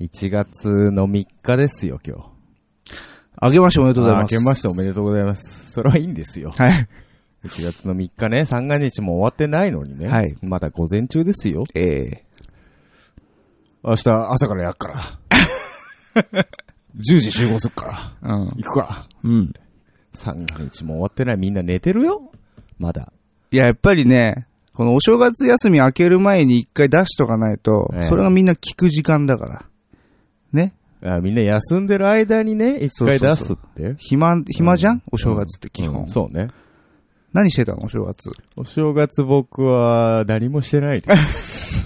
1月の3日ですよ、今日。あげましておめでとうございます。明けましておめでとうございます。それはいいんですよ。はい。 1月の3日ね、三が日も終わってないのにね。はいまだ午前中ですよ。ええ明日朝からやっから。10時集合すっから。うん。行くから。うん。三が日も終わってない。みんな寝てるよ。まだ。いや、やっぱりね、このお正月休み明ける前に一回出しとかないと、ええそれがみんな聞く時間だから。ね。あみんな休んでる間にね、一回出すって。暇、暇じゃん、お正月って基本、うんそうね。何してたのお正月。お正月僕は何もしてないです。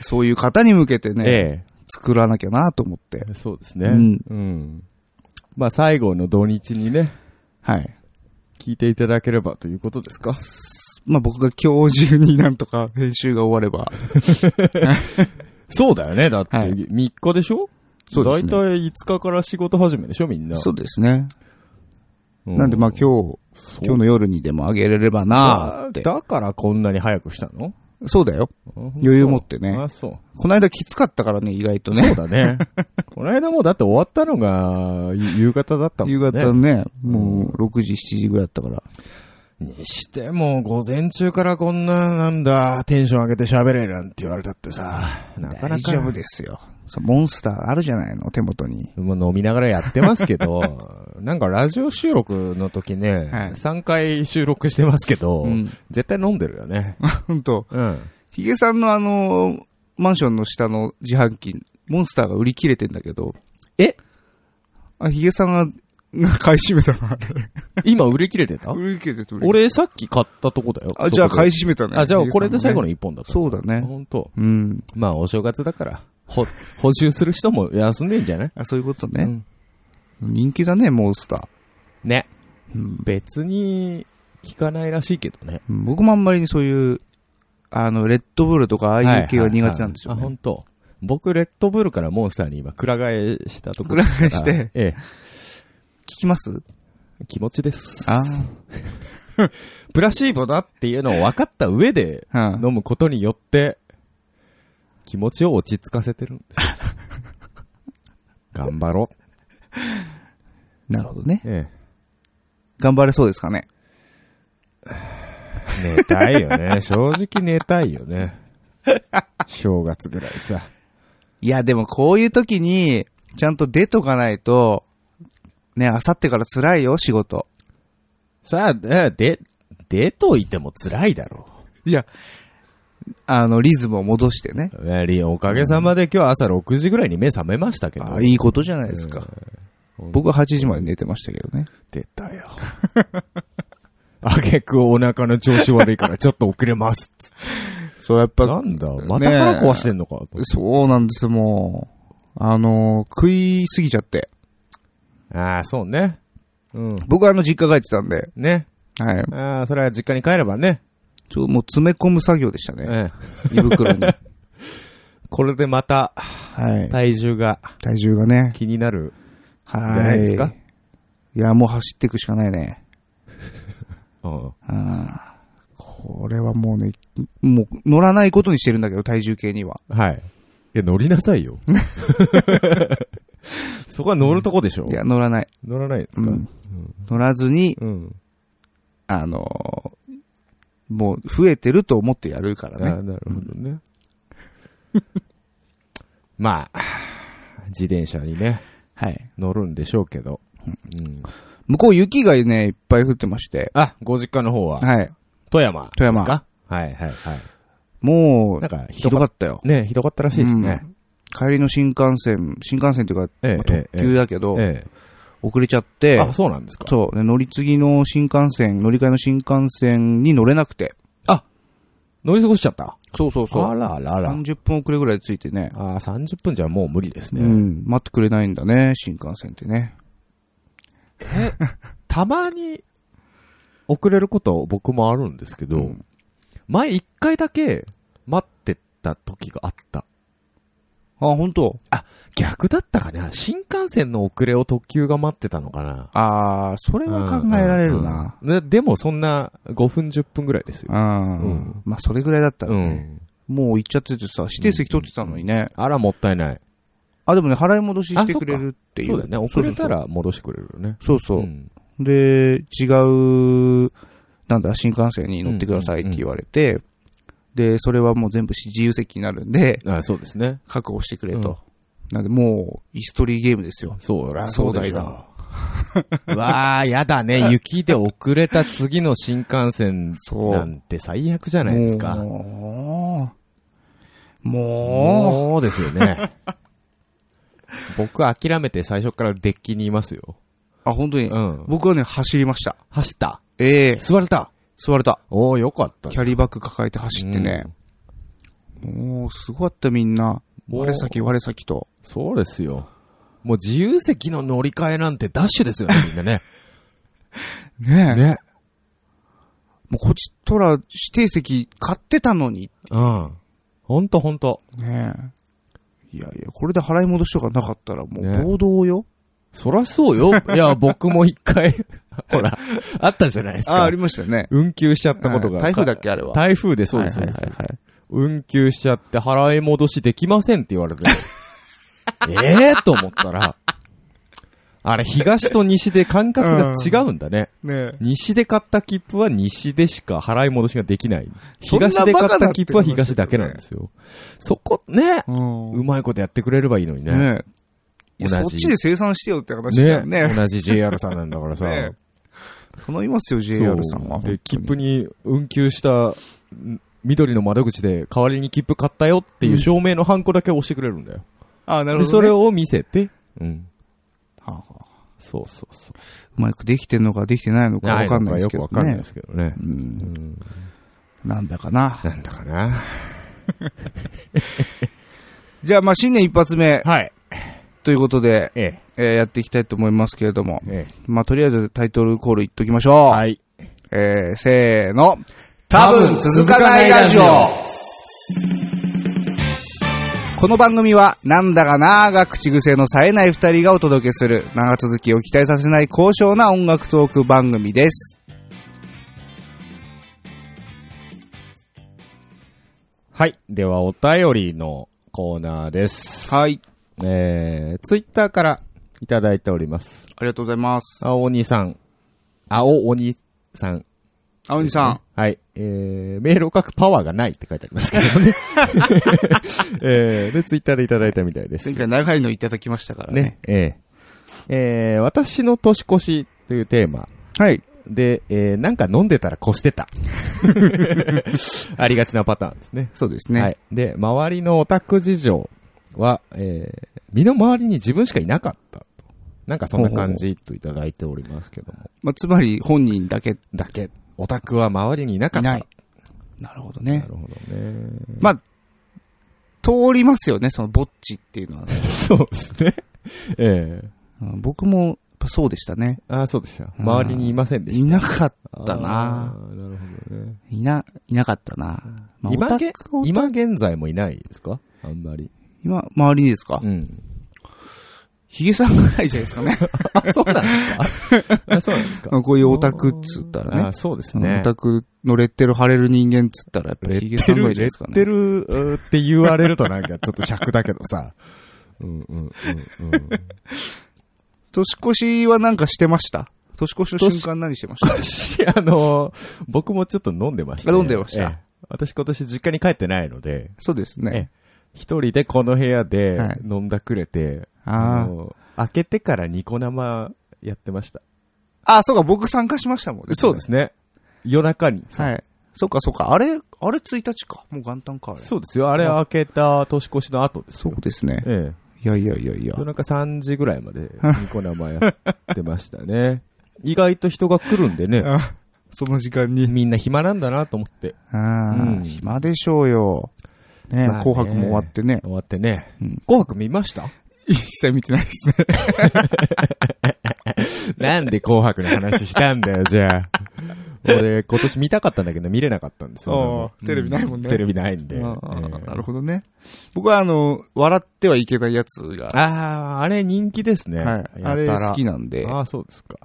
そういう方に向けてね、 え作らなきゃなと思って。え。そうですね。うんうん。まあ最後の土日にね、はい。聞いていただければということですかまあ、僕が今日中になんとか編集が終われば。そうだよね。だって、はい3日でしょそうですねだいたい5日から仕事始めでしょみんな。そうですね。うなんでまあ今日、そう今日の夜にでもあげれればなーって。だからこんなに早くしたのそうだよ。余余裕持ってねあ、そう。この間きつかったからね、意外とそうね。だ ね。この間もうだって終わったのが、ゆ夕方だったもんね。夕方ね、もう6時、7時ぐらいだったから。にしても、午前中からこんな、なんだ、テンション上げて喋れなんて言われたってさ、なかなか。大丈夫ですよ。そうモンスターあるじゃないの、手元に。もう飲みながらやってますけど、なんかラジオ収録の時ね、はい3回収録してますけど、うん絶対飲んでるよね。ほんと、うん。 ヒゲさんのあの、マンションの下の自販機、モンスターが売り切れてんだけど。えあ、ヒゲさんが、が買い占めたのあれ。今売り切れてた売り切れてて売り切れて俺さっき買ったとこだよ。あ、じゃあそこで買い占めたね。あ、じゃあこれで最後に。の1本だと。そうだね。本当。うん。まあお正月だから、ほ、補充する人も休んでんじゃないあ、そういうことね。人気だね、モンスタね。ー。うん別に、聞かないらしいけどね。うん僕もあんまりにそういう、あの、レッドブルとかああいう系は苦手なんですよはいはいはいあ、ね。本当。僕、レッドブルからモンスターに今、くら替えしたとこくろら。替えして、え聞きますえ、気持ちです。あプラシーボだっていうのを分かった上で、あ。うん。飲むことによって、気持ちを落ち着かせてるんです。頑張ろなるほどね。う。え頑張れそうですかね。え。寝たいよね。 正直寝たいよね。正月ぐらいさ。いや、でもこういう時に、ちゃんと出とかないと、ね、あさってから辛いよ、仕事。さあ、で、で出といても辛いだろいや、あの、リズムを戻してね。う。やはりおかげさまで今日朝6時ぐらいに目覚めましたけど。あいいことじゃないですか。僕は8時まで寝てましたけどね。出たよ。 あげくお腹の調子悪いからちょっと遅れます。そう、やっぱ、なんだ、また腹壊してんのか。そうなんです、もう。あの、食いすぎちゃって。ああ、そうね。うん。僕はあの、実家帰ってたんで、ね。はい。ああ、それは実家に帰ればね。ちょっともう詰め込む作業でしたね。ええ胃袋 に。これでまたはい。体重が体重がね。気になる。はい。じゃないですかいや、もう走っていくしかないね。うん。うん。これはもうね、もう乗らないことにしてるんだけど、体重計には。はい。いや、乗りなさい よ。そこは乗るとこでしょいや、乗らない。乗らないですうかん。乗らずに、うん。あのーもう増えてると思ってやるからあね。あなるほど ね。まあ、自転車にね、はい。乗るんでしょうけど。うん。向こう雪がね、いっぱい降ってまして。あ、ご実家の方は、はい。富山。富で山すかはいはいはい。もなんう、か、ひひどどかかっったよ。た。ね、ひどかったらしいですね。帰りの新幹線、新幹線っていうか、ええまあ特急だけど、え遅れちゃっえ。て、あ、そうなんですか。そう、で乗り継ぎの新幹線、乗り換えの新幹線に乗れなくて。乗り過ごしちゃった。そうそうあ。らあらあら。 30分遅れぐらいで着いてね。あー30分じゃもう無理ですうね。ん、待ってくれないんだね、新幹線ってね。たまに遅れること僕もあるんですけど、うん前一回だけ待ってた時があった。あ、本当逆だったかな新幹線の遅れを特急が待ってたのかなあー、それは考えられるな。うんうんうんねでもそんな5分10分ぐらいですよ。うん。うんまあ、それぐらいだったらうね。ん。もう行っちゃっててさ、指定席取ってたのにね。あら、もったいない。あ、でもね、払い戻ししてくれるっていう。そうだよね。遅れたら戻してくれるよね。そうそう。んで、違う、なんだ、新幹線に乗ってくださいって言われて、で、それはもう全部自由席になるんで、あそうですね。確保してくれと。なんで、もう、イストリーゲームですよ。そうだ、そうだようわあ、やだ ね。雪で遅れた次の新幹線そうなんて最悪じゃないですか。もう、ももうですよね。僕諦めて最初からデッキにいますよ。う、あ、本当に、うん。僕はね、走りました。走った。ええ座れた。座れた。おおよかった。キャリーバッグ抱えて走ってね。もう、すごかったみんな。もう我先我先と。そうですよ。もう自由席の乗り換えなんてダッシュですよね、みんなね。ねえ。 ね。もうこっちとら指定席買ってたのに。うん。ほんとほんと。ねえ。いやいや、これで払い戻しとかなかったらもねえう暴動よ。そらそう よ。いや、僕も一 回、ほら、あったじゃないですか。ましたよね。運休しちゃったことが。台風だっけあれは。台風でそうです、はいはいはいそうはい。です運休しちゃって払い戻しできませんって言われ て。ええと思ったら、あれ、東と西で管轄が違うんだね。ねえ。西で買った切符は西でしか払い戻しができない。そんな東で買バっカたなって切符は東だけなんですよ。そこ、ね、ううまいことやってくれればいいのにね。ねえ。いや同そっじちで生産してよって話だねよね。同じ JR さんなんだからさ。ね頼みますよ、そう JR さんは。で、切符に。に運休したん緑の窓口で代わりに切符買ったよっていう証明のハンコだけ押してくれるんだよ。あ、なるほど、ね。で、それを見せて、うん。はあはあそうそうそうまくできてんのかできてないの。かわかんないですけどね。よくわかんないですけどねう。。うんんなんだかな。なんだかな。じゃあ、まあ、新年一発目はい。ということで、ええ。えーやっていきたいと思いますけれども。えまあ、とりあえずタイトルコールいっときましょう。はい。えー、せーの。多分続かないラジオこの番組は、なんだかなーが口癖の冴えない二人がお届けする、長続きを期待させない高尚な音楽トーク番組です。はい。では、お便りのコーナーです。はい。えー、ツイッターからいただいております。ありがとうございます。青鬼さん。青鬼さん。青鬼さん。はい。えー、メールを書くパワーがないって書いてありますけど ね。えー、で、ツイッターでいただいたみたいです。前回長いのいただきましたからね。ね、えー、えー、私の年越しというテーマはい。で、えー、なんか飲んでたら越して た。 ありがちなパターンですね。そうですね。はい。で、周りのオタク事情は、えー、身の回りに自分しかいなかったと。なんかそんな感じといただいておりますけども。まあ、つまり本人だけいだけ、オタクは周りにいなかった。ない。なるほどねな。るほどね。 まあ、通りますよね、そのぼっちっていうのはね。そうですね。ええうん僕も、やっぱそうでしたね。ああ、そうでした。うん周りにいませんでし。いなかったたなあーなるほどね。いな、いなかったな。まあ、今オタげクを今、今現在もいないですかあんまり。周りにですかうん。ヒゲさんぐらいじゃないですか ね。あ、そうなんですかあ、そうなんですかこういう オタクっつったらあね。そうですそのねオ。タクのレッテル貼れる人間っつったら、やっぱりヒゲさんぐらいじゃないですかレッテね。ルうーって言われるとなんかちょっと尺だけどさ。うんうんうんうん。年越しはなんかしてました年越しの瞬間何してました私、あの、僕もちょっと飲んでました、ね。飲んでましたええ私今年実家に帰ってないので、 そうですね。一人でこの部屋ではい飲んだくれて、あーの、開けてからニコ生やってました。あ、そうか、僕参加しましたもんね。すね。夜中にさ。はい。そっかそっか。あれ、あれ1日か。もう元旦か。あれそうですよ。あれ開けた年越しの後ですそよ。うですね。ええ。いやいやいやいや。夜中3時ぐらいまでニコ生やってました ね。意外と人が来るんでね。あその時間に。みんな暇なんだなと思って。ああ、うん暇でしょうよ。ね、まあね紅白も終わってね。終わってね。うん紅白見ました 一切見てないですね。なんで紅白の話したんだよ、じゃあ。俺、今年見たかったんだけど見れなかったんですよあ。あテレビないもんねうテレビないんで。あーなるど。ほどね。僕はあの、笑ってはいけないやつが、ああ、あれ人気ですね。はい。あれ好きななんで、ああ、そうですか。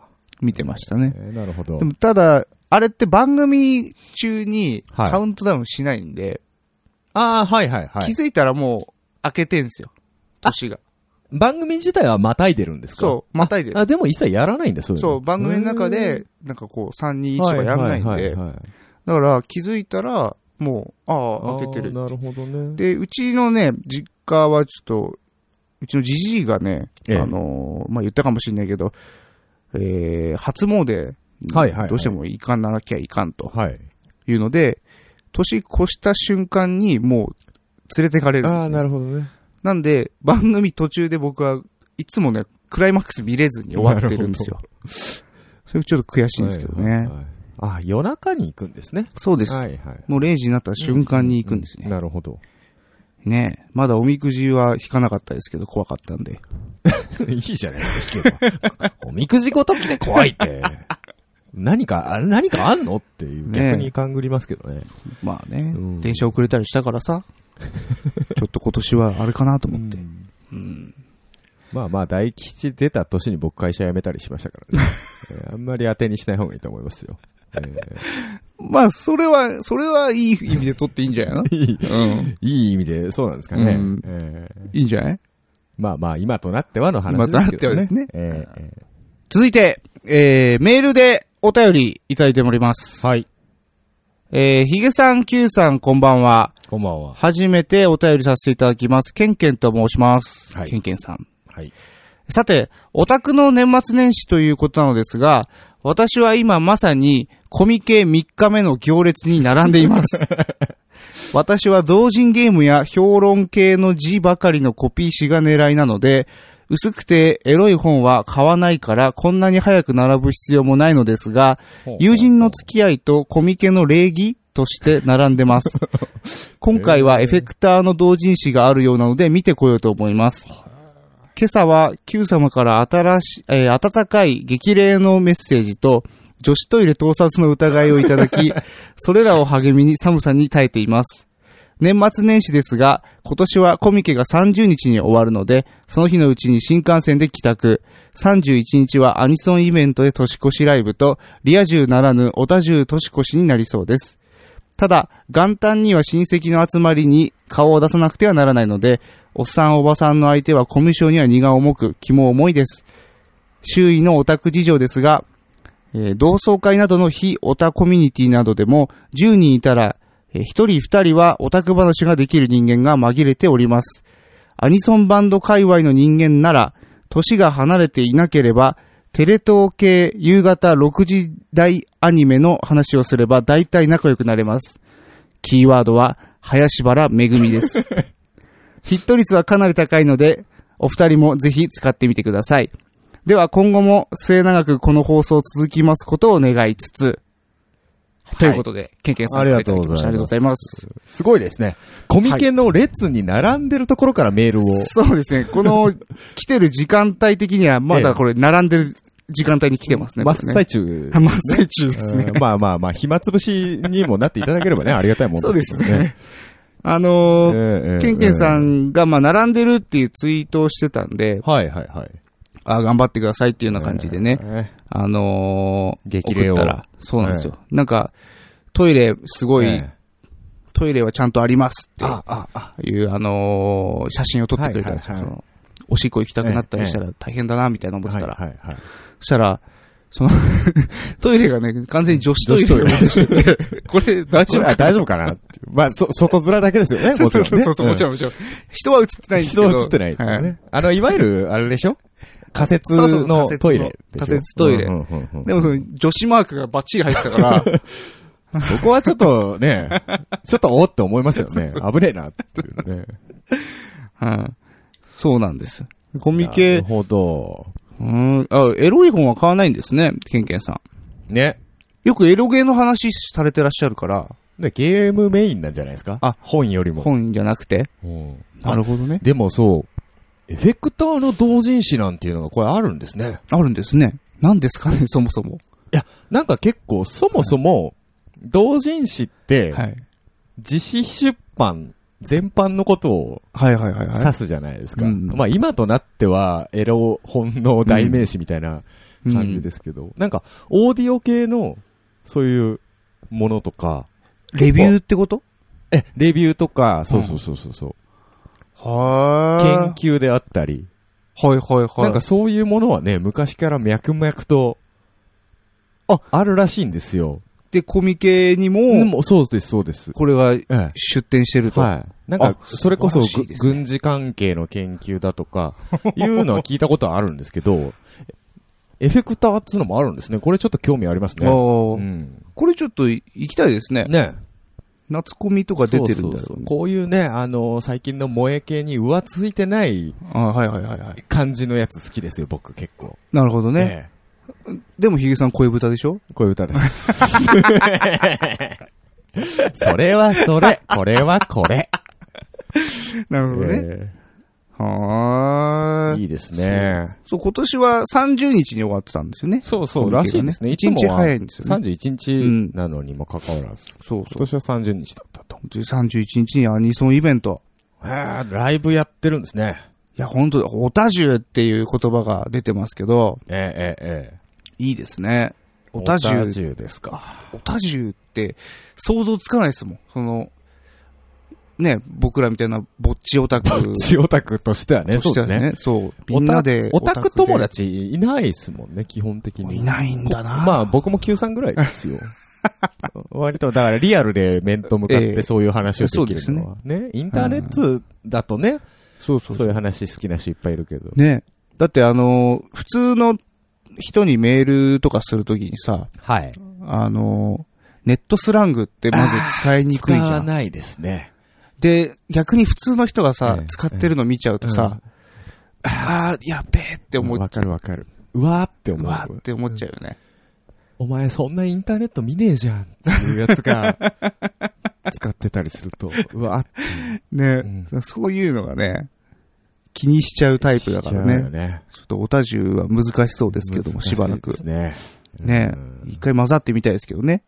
見てましたえね。ーなるほどで。もただ、あれって番組中にはいカウントダウンしないんで、ああ、はいはいは気い。づいたらもう、開けてんすよ。年が。番組自体はまたいでるんですかそう、またいであ、でも一切やらないんだ、そういうのそう、番組の中で、なんかこう、3、2、1とかやんないんはで、ははだから気づいたら、もう、ああ、は開けてるあ。ーなるほどね。で、うちのね、実家はちょっと、うちのじじいがね、ええあのーまあ、言ったかもしれないけど、えー、初詣にはいはいはいどうしても行かなきゃいかんとはい。いうので、年越した瞬間にもう連れてかれるんであすあ、ね、なるほどね。なんで、番組途中で僕はいつもね、クライマックス見れずに終わってるんですよ。それちょっと悔しいんですけどはね。いはいはい。あー夜中に行くんですね。そうです。はいはい。もう0時になった瞬間に行くんですね。なるほど。ねまだおみくじは引かなかったですけど、怖かったんで。いいじゃないですか、聞けば。 おみくじごときで怖いって。何か、あれ何かあんのっていう、ねえ逆に勘ぐりますけどね。まあね、うん電車遅れたりしたか らさ、ちょっと今年はあれかなと思って。うんまあまあ、大吉出た年に僕会社辞めたりしましたから ね。えーあんまり当てにしない方がいいと思いますよ。えまあ、それは、それはいい意味で取っていいんじゃないのー いいうん。いい意味で、そうなんですかね。うんえーいいんじゃないまあまあ、今となってはの話ですけどね。今となってはですね。えーえ続いて、えー、メールでお便りいただいております。ーはい。えー、ひげさん、きゅうさん、こんばんは。こんばんは。初めてお便りさせていただきます。けんけんと申します。はいけんけんさん。はい。さて、オタクの年末年始ということなのですが、私は今まさにコミケ3日目の行列に並んでいます。私は同人ゲームや評論系の字ばかりのコピー誌が狙いなので、薄くてエロい本は買わないからこんなに早く並ぶ必要もないのですが、友人の付き合いとコミケの礼儀として並んで ます。今回はエフェクターの同人誌があるようなので見てこようと思います。今朝は Q 様から新し、えー温かい激励のメッセージと、女子トイレ盗撮の疑いをいただ き、それらを励みに寒さに耐えています。年末年始ですが、今年はコミケが30日に終わるので、その日のうちに新幹線で帰宅。31日はアニソンイベントで年越しライブと、リア充ならぬオタ充年越しになりそうです。ただ、元旦には親戚の集まりに顔を出さなくてはならないので、おっさんおばさんの相手はコミュ障には荷が重く、気も重いです。周囲のオタク事情ですが、えー同窓会などの非オタコミュニティなどでも、10人いたら、えー1人2人はオタク話ができる人間が紛れております。アニソンバンド界隈の人間なら、年が離れていなければ、テレ東系夕方6時台アニメの話をすれば大体仲良くなれます。キーワードは、林原めぐみです。ヒット率はかなり高いので、お二人もぜひ使ってみてください。では今後も末永くこの放送続きますことを願いつつ、ということで、ケンケンさんからいただきましたあありりがとうごがとうござざいます。すごいですね。コミケの列に並んでるところからメールを。そうですね。この、来てる時間帯的には、まだこれ、並んでる時間帯に来てますね。真っこれね最中。真っ最中ですね。うんまあまあまあ、暇つぶしにもなっていただければ ね、ありがたいもんですけどそうですね。あのええー、ケンケンさ。えええんが、まあ、並んでるっていうツイートをしてたんで、えはいはいはい。ああ、頑張ってくださいっていうような感じでね、えあのー、激励を送ったら、そうなんですよ。なんか、トイレ、すごえ。い、ええトイレはちゃんとありますってあ、あ、あ、いう、あのー写真を撮ってくれたんですよ。はいはいはいそのおしっこ行きたくなったりしたら大変だな、みたいな思ってたら、はいはいはい。そしたら、その、 トイレがね、完全に女子トイレを映してて、 これ大これ丈夫はか大丈夫か なっていうまあ、そ、外面だけですよね、もちろんね。そうそう、もちろんもちろん。人は映ってないんですけ人ど。は映ってないですよはね。あの、いわゆる、あれでしょ仮設そうそうの仮設のトイレでしょ。仮設トイレうんうんうんうんいでもその、女子マークがバッチリ入ってたから、そこはちょっと ね、ちょっとおって思いますよね。危ねえなっていうね。 はいそうなんです。コミケ、ほど。うん、あ、エロい本は買わないんですね、ケンケンさん。ね。よくエロゲーの話されてらっしゃるから、でゲームメインなんじゃないですかあ、本よりも。本じゃなくて。うんるほどね。でもそう、エフェクターの同人誌なんていうのがこれあるんですね。あるんですね。何ですかね、そもそも。いや、なんか結構そもそも、同人誌って、はい。自費出版全般のことをはいはいはいは指い。すじゃないですか。うんまあ今となっては、エロ本の代名詞みたいな感じですけど、なんか、オーディオ系の、そういうものとか、レビューってことえ、レビューとか、そうそうそうそうそう、は研究であったり、い。はいはいはい。なんかそういうものはね、昔から脈々と、あ、あるらしいんですよ。で、コミケにでも、もそうです、そうです。これがえ出展してるえ。と。はい。なんか、あそれこそ、素晴らしいですねぐ軍事関係の研究だとか、いうのは聞いたことはあるんですけど、 エフェクターっつうのもあるんですね。これちょっと興味ありますね。おうーん。これちょっと行きたいですね。ね夏コミとか出てるんだよそうそうそうね。こういうね、あのー最近の萌え系に浮ついてないあはいはいはいはい。感じのやつ好きですよ、僕結構。なるほどね。えでもヒゲさん恋豚でしょえこういう歌です。 それはそれ、これはこれ。なるほどね。はええーい。いいですね。そう、今年は30日に終わってたんですよね。そうそそうう、らしいですね。いいつつもはもは31日日なのにもかかわらず、そう今そう。年は30日だったと。で31日にアニソンイベント。へえライブやってるんですね。いや、本当オタジュっていう言葉が出てますけど、ええええええ。いいですね。オタジオタュ、ジュですか。オタジュって想像つかないですもん。その、ね、僕らみたいなぼっちオタク千代田区としてはね、とそうでしてすはねね、。 そう、みんなでオタオタクで友達いないですもんね、基本的に。いないんだなまあ僕も93ぐらいですよ。 割と、だからリアルで面と向かっええてそういう話をできるのは。ね。インターネットだとね、そうそうそういう話好きな人いっぱいいるけど。ね。だってあの、普通の人にメールとかするときにさ、はい。あの、ネットスラングってまず使いにくいじ使ゃわん。ないですね。で、逆に普通の人がさ、ええ使ってるの見ちゃうとさ、ああ、やっべえって思っわちゃかるわかる。うわーってう。う思わーうっ。て思っちゃうよね。お前そんなインターネット見ねえじゃんっていうやつ が、使ってたりすると、うわーってね、そういうのがね、気にしちゃうタイプだから言っちゃうよね。ね。ちょっとオタジュは難しそうですけども、しばら難くいで。すね。ねうん一回混ざってみたいですけどね。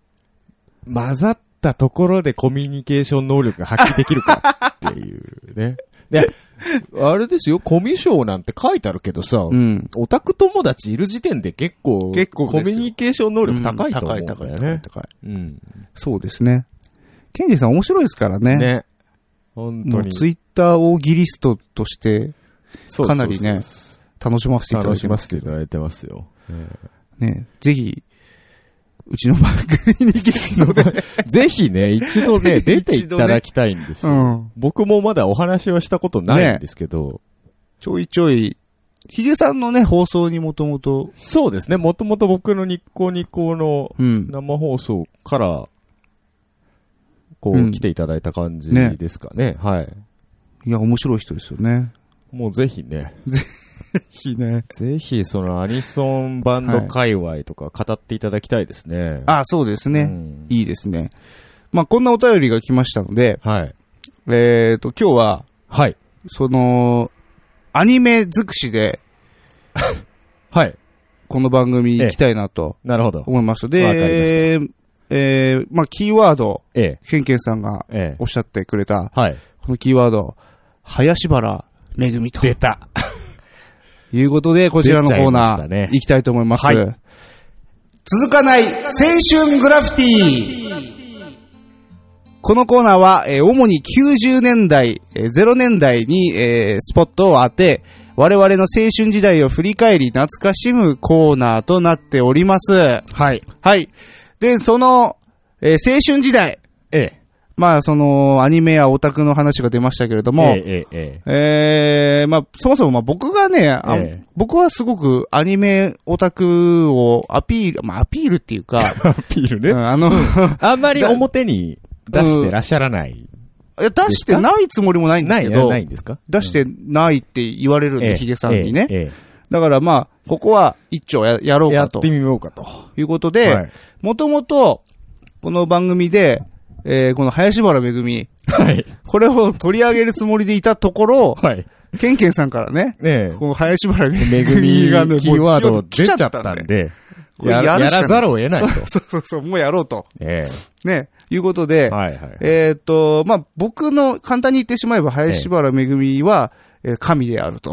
混ざったところでコミュニケーション能力が発揮できるかっていう ね。で、あれですよ、コミュ障なんて書いてあるけどさ、うん。オタク友達いる時点で結構、結構ですコよミュニケーション能力高いと思うんだ高いよ高いね。高い。うん。そうですね。ケンジさん面白いですからね。ね。本も当うに。ツイッターをギリストとしそてうそうそうかなりね楽しませていただ楽いてしま。ますせていただいてますよ。ね、ぜひ、うちの番組にゲストで。ぜひね、一度 ね、出ていただきたいんですうよ。ん。僕もまだお話はしたことないんですけど、ちょいちょい、ヒゲさんのね、放送にもともと、そうですね、もともと僕の日光日光のうん。生放送から、こう、うん来ていただいた感じねですかね。はい。いや、面白い人ですよね。もうぜひね、ひね。ぜひそのアニソンバンド界隈とか語っていただきたいですね。あ、そうですうね。んいいですね。まあ、こんなお便りが来ましたので、はい。えっ、と、今日は、はい。その、アニメ尽くしで、はい。この番組行きたいなとなるほど。思います。わかりまで、えー、まあ、キーワード、ええ。ケンケンさんがええお。っしゃってくれた、はい。このキーワード、林原めぐみと。出た。 いうことで、こちらのコ出ーちゃいましナたーね、行きたいと思います。はい続かない青春グラフィティこのコーナーは、えー主に90年代、えー0年代に、えースポットを当て、我々の青春時代を振り返り懐かしむコーナーとなっております。はい。はい。で、その、えー青春時代、ええ。まあ、その、アニメやオタクの話が出ましたけれども、ええ、ええ、ええ。ええまあ、そもそも、まあ、僕がね、あええ僕はすごくアニメオタクをアピール、まあ、アピールっていう か、アピールうんね。あ の、あんまり表に出してらっしゃらない。いや出してないつもりもないんですない、けないど、ないんですか出してないって言われるんで、ヒゲさんにね。えええだからまあ、ここは一丁ややろうえやかっとてみようかと。いうことで、い。もともと、この番組で、えーこの林原めぐみ、はい。これを取り上げるつもりでいたところ、はい。ケンケンさんからね、ねえ。この林原めめぐぐみみががね、ね、キーワーもドう出ちゃっ来ちゃったたんんで、これやややるしからないざるを得ないと。 そうそうそう、もうやろうと。えね、いうことえで、はいはい。えーっと、まあ、僕の、簡単に言ってしまえば、林原めぐみは、えー神で あると。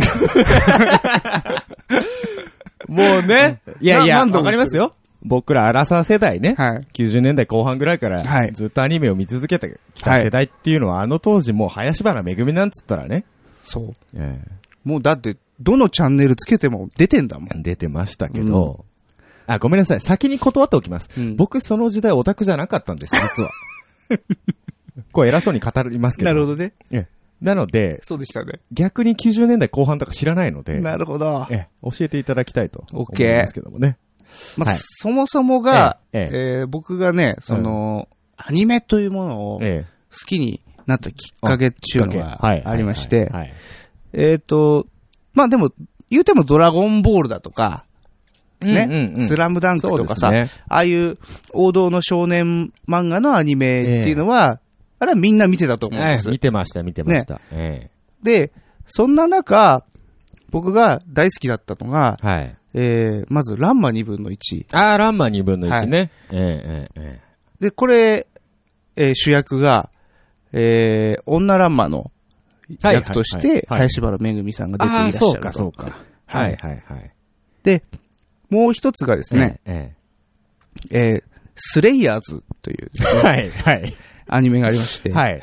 もうね、いやいなや、何度も わかりますよ。僕らアラサー世代ね、はい。 90年代後半ぐらいからはいずっとアニメを見続けてきはたい世代っていうのは、あの当時もう林原めぐみなんつったらね、そう。えもうだって、どのチャンネルつけても出てんだもん。え出てましたけど、あ、ごめんなさい。先に断っておきます。うん僕その時代オタクじゃなかったんです、実は。 こう偉そうに語りますけど。なるほどね。ええなので、そうでしたね。逆に90年代後半とか知らないので、なるほど。ええ教えていただきたいと思オいッケーますけどもね。まはあ、いそもそもが、えええー僕がね、その、アニメというものを好ええきになったきっかけっていうのはいがありまして、はいはいえっと、まあでも、言うてもドラゴンボールだとか、ね、うんうんうんスラムダンクとかさ、そうですねああいう王道の少年漫画のアニメっていうのは、あれはみんな見てたと思うんえでえす。見てました、見てました。えで、そんな中、僕が大好きだったのが、えはい。えー、まず、ランマ2分の1。あー、ランマ2分の1ね。えええええで、これ、えー主役が、えー、女ランマのえはい役としはいて、はい林原めぐみさんが出ていらっしゃるあーそうか、とそうか。ははいい、はい、はい。で、もう一つがですね、ええースレイヤーズというえ。はい、はい。アニメがありまして、はい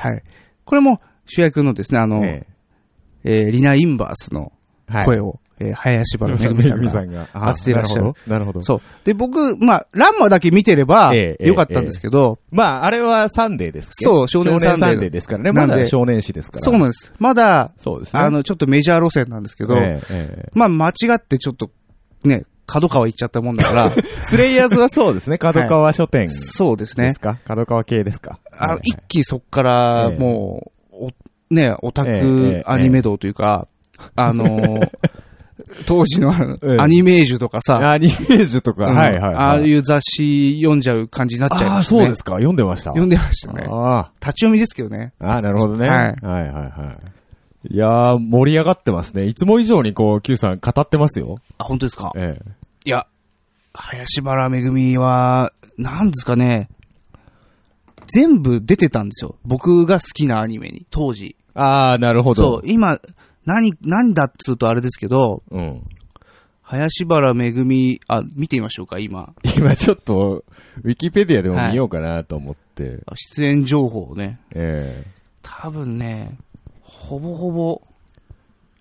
これも主役のですね、あの、ええーリナ・インバースのえはい声を、えー林原めぐみさんが。が当てていらっしゃる。なるほど。そう。で、僕、まあ、ランマだけ見てれば、ええよかったんですけど、まあ、あれはサンデーですっけそう少年サンデー少ですからね。まなだんで少年誌ですから。そうなんです。まだ、そうですね。あの、ちょっとメジャー路線なんですけど、ええ、ええまあ、間違ってちょっと、ね、角川行っちゃったもんだ から、スレイヤーズ はそうですね。角川書店でそうですねす。か角川系ですかあはのい、一気にそっから、ええもう、おね、オタえええクえアニメ道というか、あの ー、当時のあのええアニメージュとかさ、アニメージュとか、うんはいはいはい。ああいう雑誌読んじゃう感じになっちゃいああまー、したそね。うですか。読んでました。読んでましたね。立ああ。ち読みですけどね。ああ、なるほどね。ははいい、はい、はい、はい。いやー、盛り上がってますね。いつも以上にこう、Q さん語ってますよ。あ、本当ですかえいや、林原めぐみは、なんですかね、全部出てたんですよ。僕が好きなアニメに、当時。え。ああ、なるほそど。、う今、何、何だっつうとあれですけど、う。ん。林原めぐみ、あ、見てみましょうか、今。今ちょっと、ウィキペディアでも見ようかなと思って。出演情報をね。ええ多分ね、ほぼほぼ、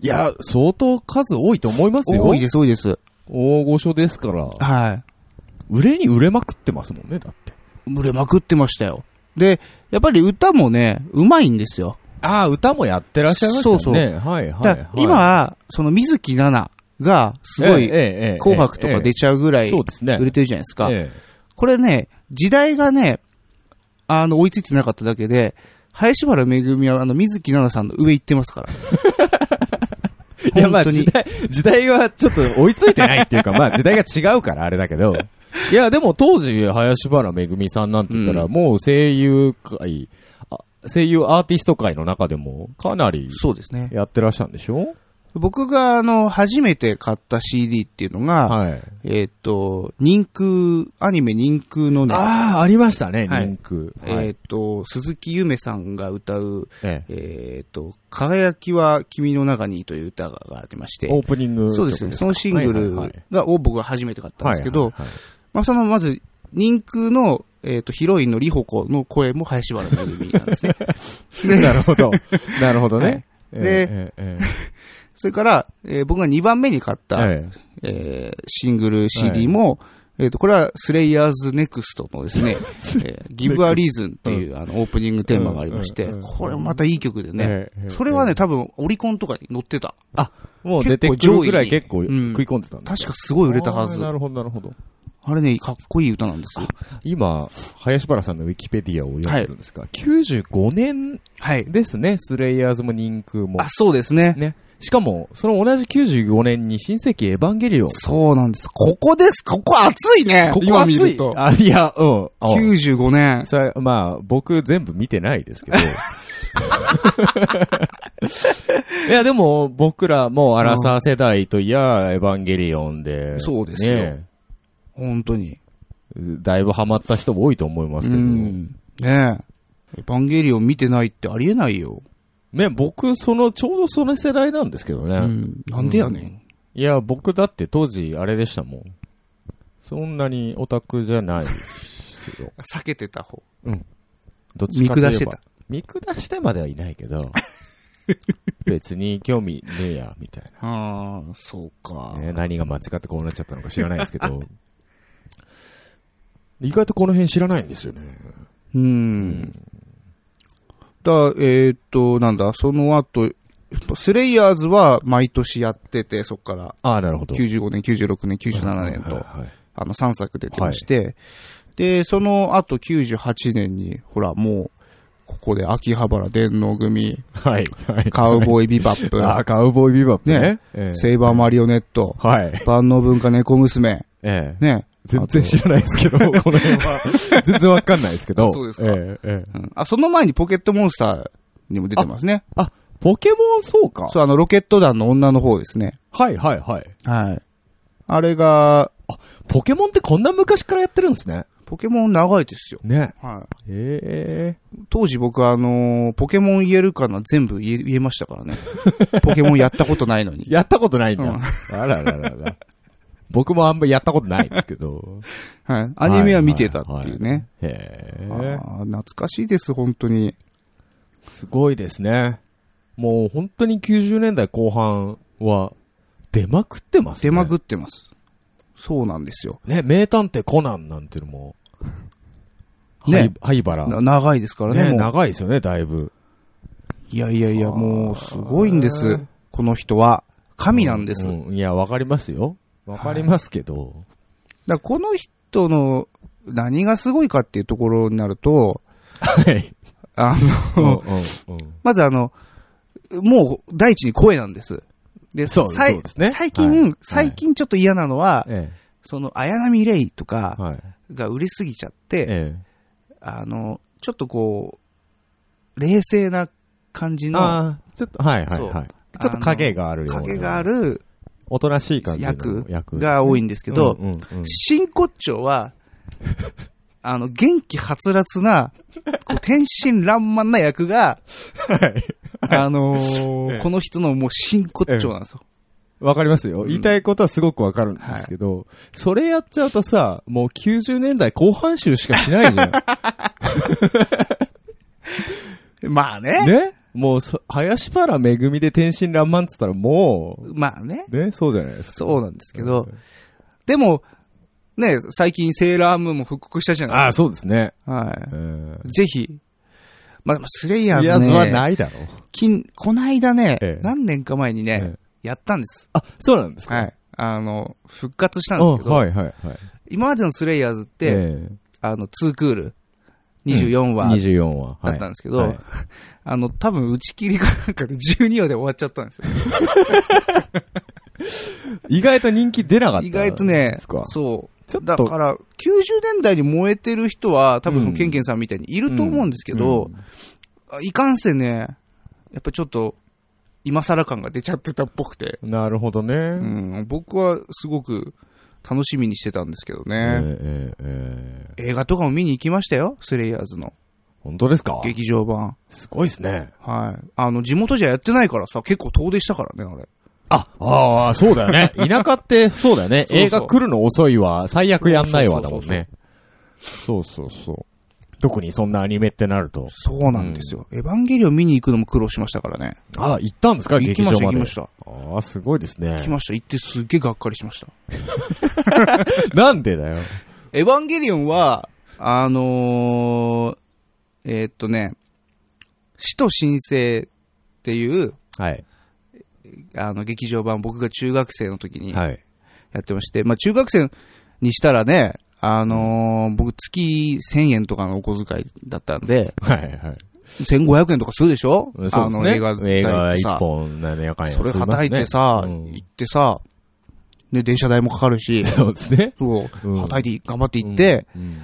いや、相当数多いと思いますよ。多いです、多いです。大御所ですから。は売れに売れまくってますもんね、だって。い。売れまくってましたよ。で、やっぱり歌もね、うまいんですよ。ああ、歌もやってらっしゃいましたね。そうそうはい、はい、はだいから。今、その水木奈々が、すごい、い紅白とか出ちちゃうぐらいそうですね。売れてるじゃないですか。えこれね、時代がね、あの、追いついてなかっただけで、林原めぐみは、あの、水木奈々さんの上行ってますから。え いや、まあ本当に時代、時代はちょっと追いついてないっていうか、まあ時代が違うからあれだけど。 いや、でも当時、林原めぐみさんなんて言ったら、うんもう声優界、あ声優アーティスト界の中でも、かなりそうですね。やってらっしゃるんでしょ僕が、あの、初めて買った CD っていうのが、はい。えーっ、と、人空、アニメ人空のね、ああ、ありましたね、はいリンク。えーっ、と、鈴木ゆめさんが歌う、えええーっ、と、輝きは君の中にという歌がありまして、オープニング。そうですね、そのシングルが、を僕が初めて買ったんですけど、はいはいはいまあ、その、まず、人空の、えーっ、と、ヒロインのりほこの声も林原めぐみなんですね。 なるほど。なるほ どね。はえいえでええそれから、えー僕が2番目に買った、えええーシングル CD も、えっ、と、これはスレイヤーズネクストのですね、 えー、Give a Reason っていう、あのオープニングテーマがありまして、うんうんうんこれまたいい曲でね、ええええそれはね、多分オリコンとかに載ってた。あ、もう出てくるぐらい結構食い込んでたんです確かすごい売れたはあーず。なあるほど、なるほど。れね、かっこいい歌なんですよ。今、林原さんのウィキペディアを読んでるんですが、95年はい。ですね、スレイヤーズも人空もあ、。そうですね。ね。しかも、その同じ95年に新世紀エヴァンゲリオン。そうなんです。ここです。こ こ熱いね。ここ今熱見いると。あ、いや、うん。あ95年。それまあ、僕全部見てないです けど。 いや、でも、僕らもうアラサー世代といや、エヴァンゲリオンで。そうですよね本当に。だいぶハマった人も多いと思いますうけど。ん。ねえ。エヴァンゲリオン見てないってありえないよ。ね、僕、その、ちょうどその世代なんですけどね。うん。なんでやねん。いや、僕だって当時、あれでしたもん。そんなにオタクじゃないです よ。避けてた方。どっちかといえば見下してた。見下してまではいないけ ど、別に興味ねえや、みたいああ、そうかな、ね。何が間違ってこうなっちゃったのか知らないですけど、意外とこの辺知らないんですよね。うん。だ、えーっと、なんだ、その後、スレイヤーズは毎年やってて、そっから、ああ、なるほど。 95年、96年、97年と、はいはいあの、3作出てまして、で、その後98年に、ほら、もう、ここで秋葉原電 脳組、はい。はい。カウボーイビバッ プ、ああ、カウボーイビバップね。ねええセイバーマリオネット、はい。万能文化猫娘、ええ。ね。全然知らないですけど、この辺 は。全然わかんないですけど。あそうですかええええうんあ、その前にポケットモンスターにも出てますね。あ、ポケモンそうか。そう、あの、ロケット団の女の方ですね。はいはいはい。はい。あれが、ポケモンってこんな昔からやってるんですね。ポケモン長いですよ。ね。はえい。当時僕はあのーポケモン言えるかな全部言え、言えました からね。ポケモンやったことないのに。やったことないんだ。うんあらららら。僕もあんまやったことないんですけど。はい。アニメは見てたっていうね。へえあ。ー懐かしいです、本当に。すごいですね。もう本当に90年代後半は出まくってますね。出まくってます。そうなんですよ。ね、名探偵コナンなんていうのも。ねはい、灰原。な長いですからね、ね、もう。長いですよね、だいぶ。いやいやいや、あーもう、すごいんです。この人は。神なんです。うんいや、わかりますよ。わかりますけど。だからこの人の何がすごいかっていうところになると、はい。あうんの、うんうんまずあの、もう第一に声なんです。で、そうさいそうですね最近、はい最近ちょっと嫌なのは、えその、綾波レイとえ。かはい。が売れすぎちゃって、ええ。あの、ちょっとこう、冷静な感じの、ああ、ちょっと、はいはいそうはい。ちょっと影があるような。影があ。るおとなしい感じの役役が多いんですけど、うんうんうん 真骨頂は、あの、元気はつらつな、こう天真爛漫な役が、あのーええこの人のもう真骨頂なんですよ。わかりますよ。ん言いたいことはすごくわかるんですけど、それやっちゃうとさ、もう90年代後半集しかしないじ ゃん。 まあね。ねもうそ、林原めぐみで天真爛漫っつったらもまあね。う、ね、そうじゃないですか。そうなんですけど、でも、ね、最近セーラームーンも復刻したじゃない ああ、そうですね。はうん。い。ぜひ、まあでもスレイヤーいや、ズそれはね、ないだろう。近、こないだね、ええ何年か前にね、えやったんです。あ、そうなんですか。。はいい。あの、復活したんですけど、はいはいはい。今までのスレイヤーズって、えあの、2クール、24え、話24話。だはいったんですけど、はいあの、多分打ち切りがなんかで12話で終わっちゃったんですよ。意外と人気出なかった。意外とねですか、そう。ちょっとだから、90年代に燃えてる人は、多分そのケンケンさんみたいにいると思うんですけど、うんあいかんせんね、やっぱちょっと、今更感が出ちゃってたっぽくて、なるほどね。うん、僕はすごく楽しみにしてたんですけどえね。えええ映画とかも見に行きましたよ、スレイヤーズの本当ですか劇場版。すごいですね。はい。あの、地元じゃやってないからさ、結構遠出したからね、あれ。あ、ああ、そうだよ ね。田舎って、そうだよね。そうそう映画来るの遅いわ、最悪やんないわだもんね。そうそうそう。特にそんなアニメってなると。そうなんですよ。エヴァンゲリオン見に行くのも苦労しましたからね。あ、行ったんですか行劇きま場した、行まきでま。した。ああ、すごいですね行き。ました。行ってすっげえがっかりしました。なんでだよ。エヴァンゲリオンは、あのー、えーっとね、死と神聖っていう、はい。あの、劇場版、僕が中学生の時にやはい。ってまして、まあ、中学生にしたらね、あのー僕月1000円とかのお小遣いだったんで、はい、はい。 1500円とかするでしそょうですね。あの、映画映代っ画て一さ本、なんやかんや。それはたいてさ、すますね行ってさ、で、電車代もかかる し、うんそうですね。そう、うんはたいて頑張って行って、うん、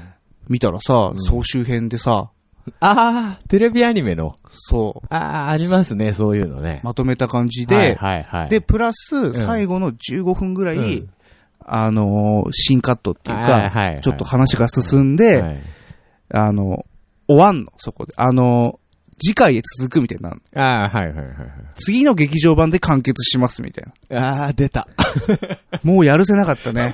見たらさ、総集編でさ、ああ、テレビアニメの。そう、ああ、ありますね、そういうのね。まとめた感じはいで、はいはい。で、プラス、ん最後の15分ぐらい、うんあのー新カットっていうはいか、はいはいちょっと話が進んで、はいあの、終わんの、そこで。あのー次回へ続くみたいな。ああ、はいはいはいは次の劇場版で 完結しますみたいな。い。ああ、出た。もうやるせなかったね。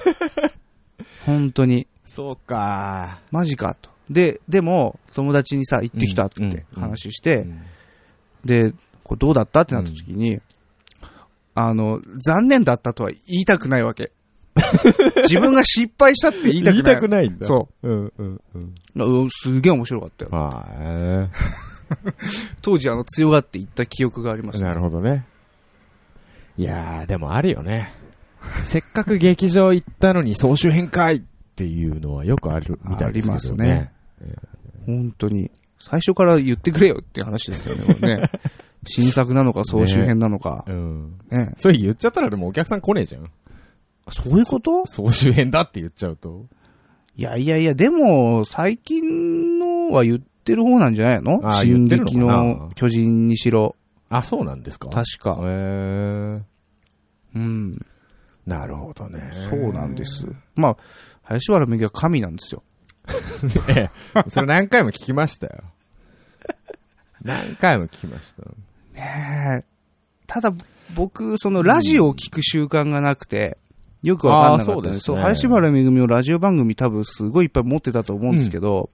本当に。そうか。マジかと。で、でも、友達にさ、行ってきたっうんてうん話して、うんで、これどうだったってなった時に、あの、残念だったとは言いたくないわけ。 自分が失敗したって言いたくない。ないんだ。。そううんうんうん。う。うんすげえ面白かったよ。あ当時、あの、強がって行った記憶がありまあ、す。なるほどね。いやー、でもあるよね。せっかく劇場行ったのに総集編会っていうのはよくあるみたいですけどね。ありますね。本当に。最初から言ってくれよっていう話ですけどね、これ ね。新作なのか、総集編なのか。うん。ね。それ言っちゃったらでもお客さん来ねえじゃん。そういうこと総集編だって言っちゃうと。いやいやいや、でも、最近のは言ってる方なんじゃないのあー言進って撃るのかなの巨人にしろ。あ、そうなんですか確へえか。うん。なるほどね。そうなんで。す。まあ、林原めぐみは神なんですよ。ねそれ何回も聞きました よ。何回も聞きました。ねえ。ただ、僕、その、ラジオを聞く習慣がなくて、よくわかんなかったんあーそうですねそう、林原めぐみをラジオ番組多分すごいいっぱい持ってたと思うんですけど、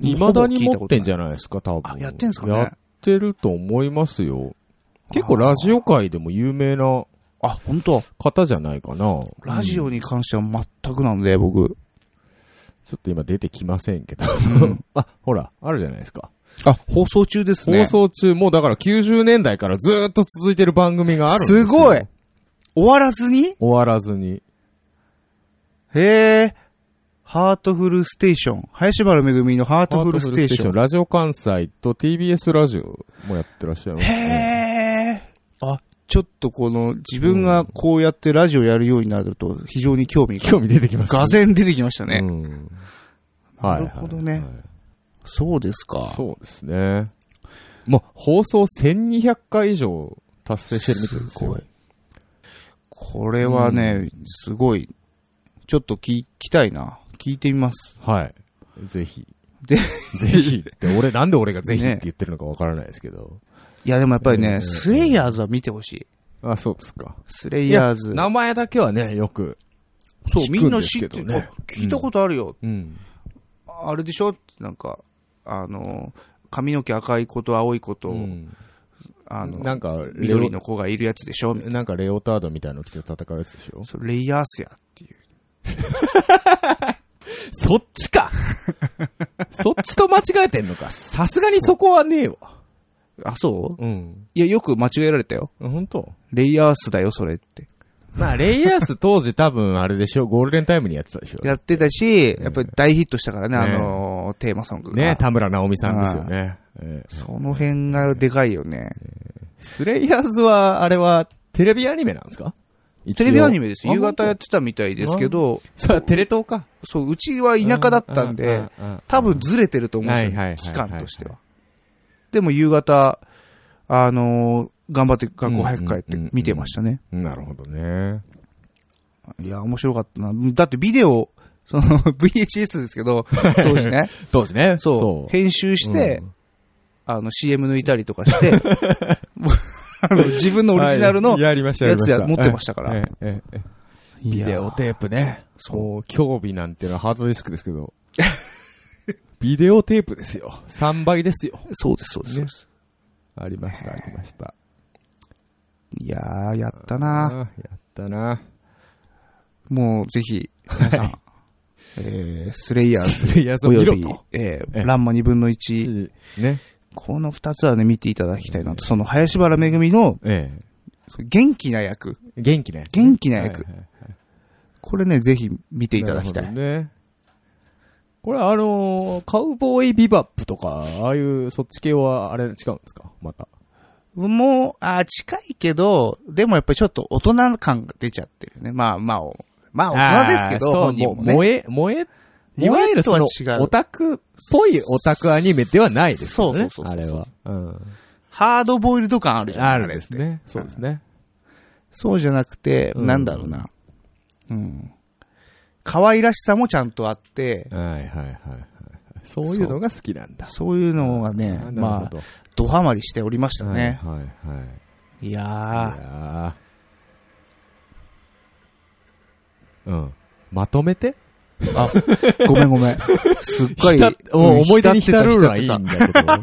いまだに持ってんじゃん。ゃないですか、多分。あやってんすかねやってると思いますよ。結構ラジオ界でも有名なあ、本当方じゃないかな。ラジうんオに関しては全くなんで、僕。ちょっと今出てきませんけど。 あ、ほら、あるじゃないですか。あ、放送中ですね。放送中、もうだから90年代からずーっと続いてる番組があるんですよ。すごい終わらずに終わらずに。へえ。ハートフルステーション。林原めぐみのハートフルステーション。ラジオ関西と TBS ラジオもやってらっしゃいますね。へえ。あ、ちょっとこの、自分がこうやってラジオやるようになると、非常に興味が。興味出てきますがぜん出てきましたね。うんなるほどねはいはいはいそうですか。そうですね。もう放送1200回以上達成してるみたいですよ。すごいこれはね、すごい。ちょっと聞きたいな。聞いてみます。はい。ぜひ。で ぜひって、俺、なんで俺がぜひっねて言ってるのかわからないですけど。いや、でもやっぱりうね、んスレイヤーズは見てほしい。あ、そうですか。スレイヤーズ。名前だけはね、よく。そう、聞みくんんなで知すっけてどる。ねあ聞いたことあるよ。うん。あれでしょなんか、あの、髪の毛赤い子と青い子と、うんあの、なんか、レオ緑の子がいるやつでしょみたいなんかレオタードみたいの着て戦うやつでしょなそれレイヤースやっていう。 そっち かそっちと間違えてんのか。さすがにそこはねえわ。あ、そううん。いや、よく間違えられたよ。本当レイヤースだよ、それって。まあ、レイヤー ス当時多分あれでしょ、ゴールデンタイムにやってたでしょ。やってたし、やっぱり大ヒットしたからね、ねあの、テーマソングが。ね、田村直美さんですよね。ええその辺がでかいよね。スレイヤーズは、あれは、テレビアニメなんですかテレビアニメです。夕方やっってたみたいですけど、そう、テレ東か。そう、うちは田舎だったんうでん、、うんうん多分ずれてると思うんですよ、はいはいはいはい期間としては。でも夕方、あのー頑張って学校早く帰って見てましたね。うんなるほどね。いや、面白かったな。だってビデオ、その VHS ですけど、当時ね。当時ね。そう。編集して、あの CM 抜いたりとかして、 もうあの自分のうんオリジナルの、はいやりましたやりましたやつや持ってましたからええええええいビやデオテープね。そう、興味なんてのはハードディスクですけど。ビデオテープですよ。3倍ですよ。そうです、そうです。そうですありました、ありました。いやー、やったな。あーやったな。もうぜひ、皆さん、えー、スレイヤーズ、スレイヤーズをお見よろびと。、えーええランマ2分の1、ね。この二つはね、見ていただきたいなと。その、林原めぐみの、ええ。その元気な役。元気ね。元気な役。はいはいこれね、ぜひ見ていただきたなるほい。どね。これあのーカウボーイビバップとか、ああいうそっち系はあれ違うんですかまた。もう、あー、近いけど、でもやっぱりちょっと大人感が出ちゃってるね。まあまあ、おまあ大人ですけど、あーそう本人もね。萌え、萌え、いわゆるその萌えとは違うオタクっぽいオタクアニメではないですよね。そうそうそうそうあれは。うん。ハードボイルド感あるじゃん。あるですね。ね。そうですね。そうじゃなくて、うんなんだろうな。うん。可愛らしさもちゃんとあって、はいはいはいはい。そういうのが好きなんだ。そういうのがね、あなるまほあ、どドハマりしておりましたね。はいはいはい。いいやー、やーうん。まとめてあ、ごめんご めん。すっかり浸っ、もう思い出に浸るのはいいん浸ってた浸ってただけど。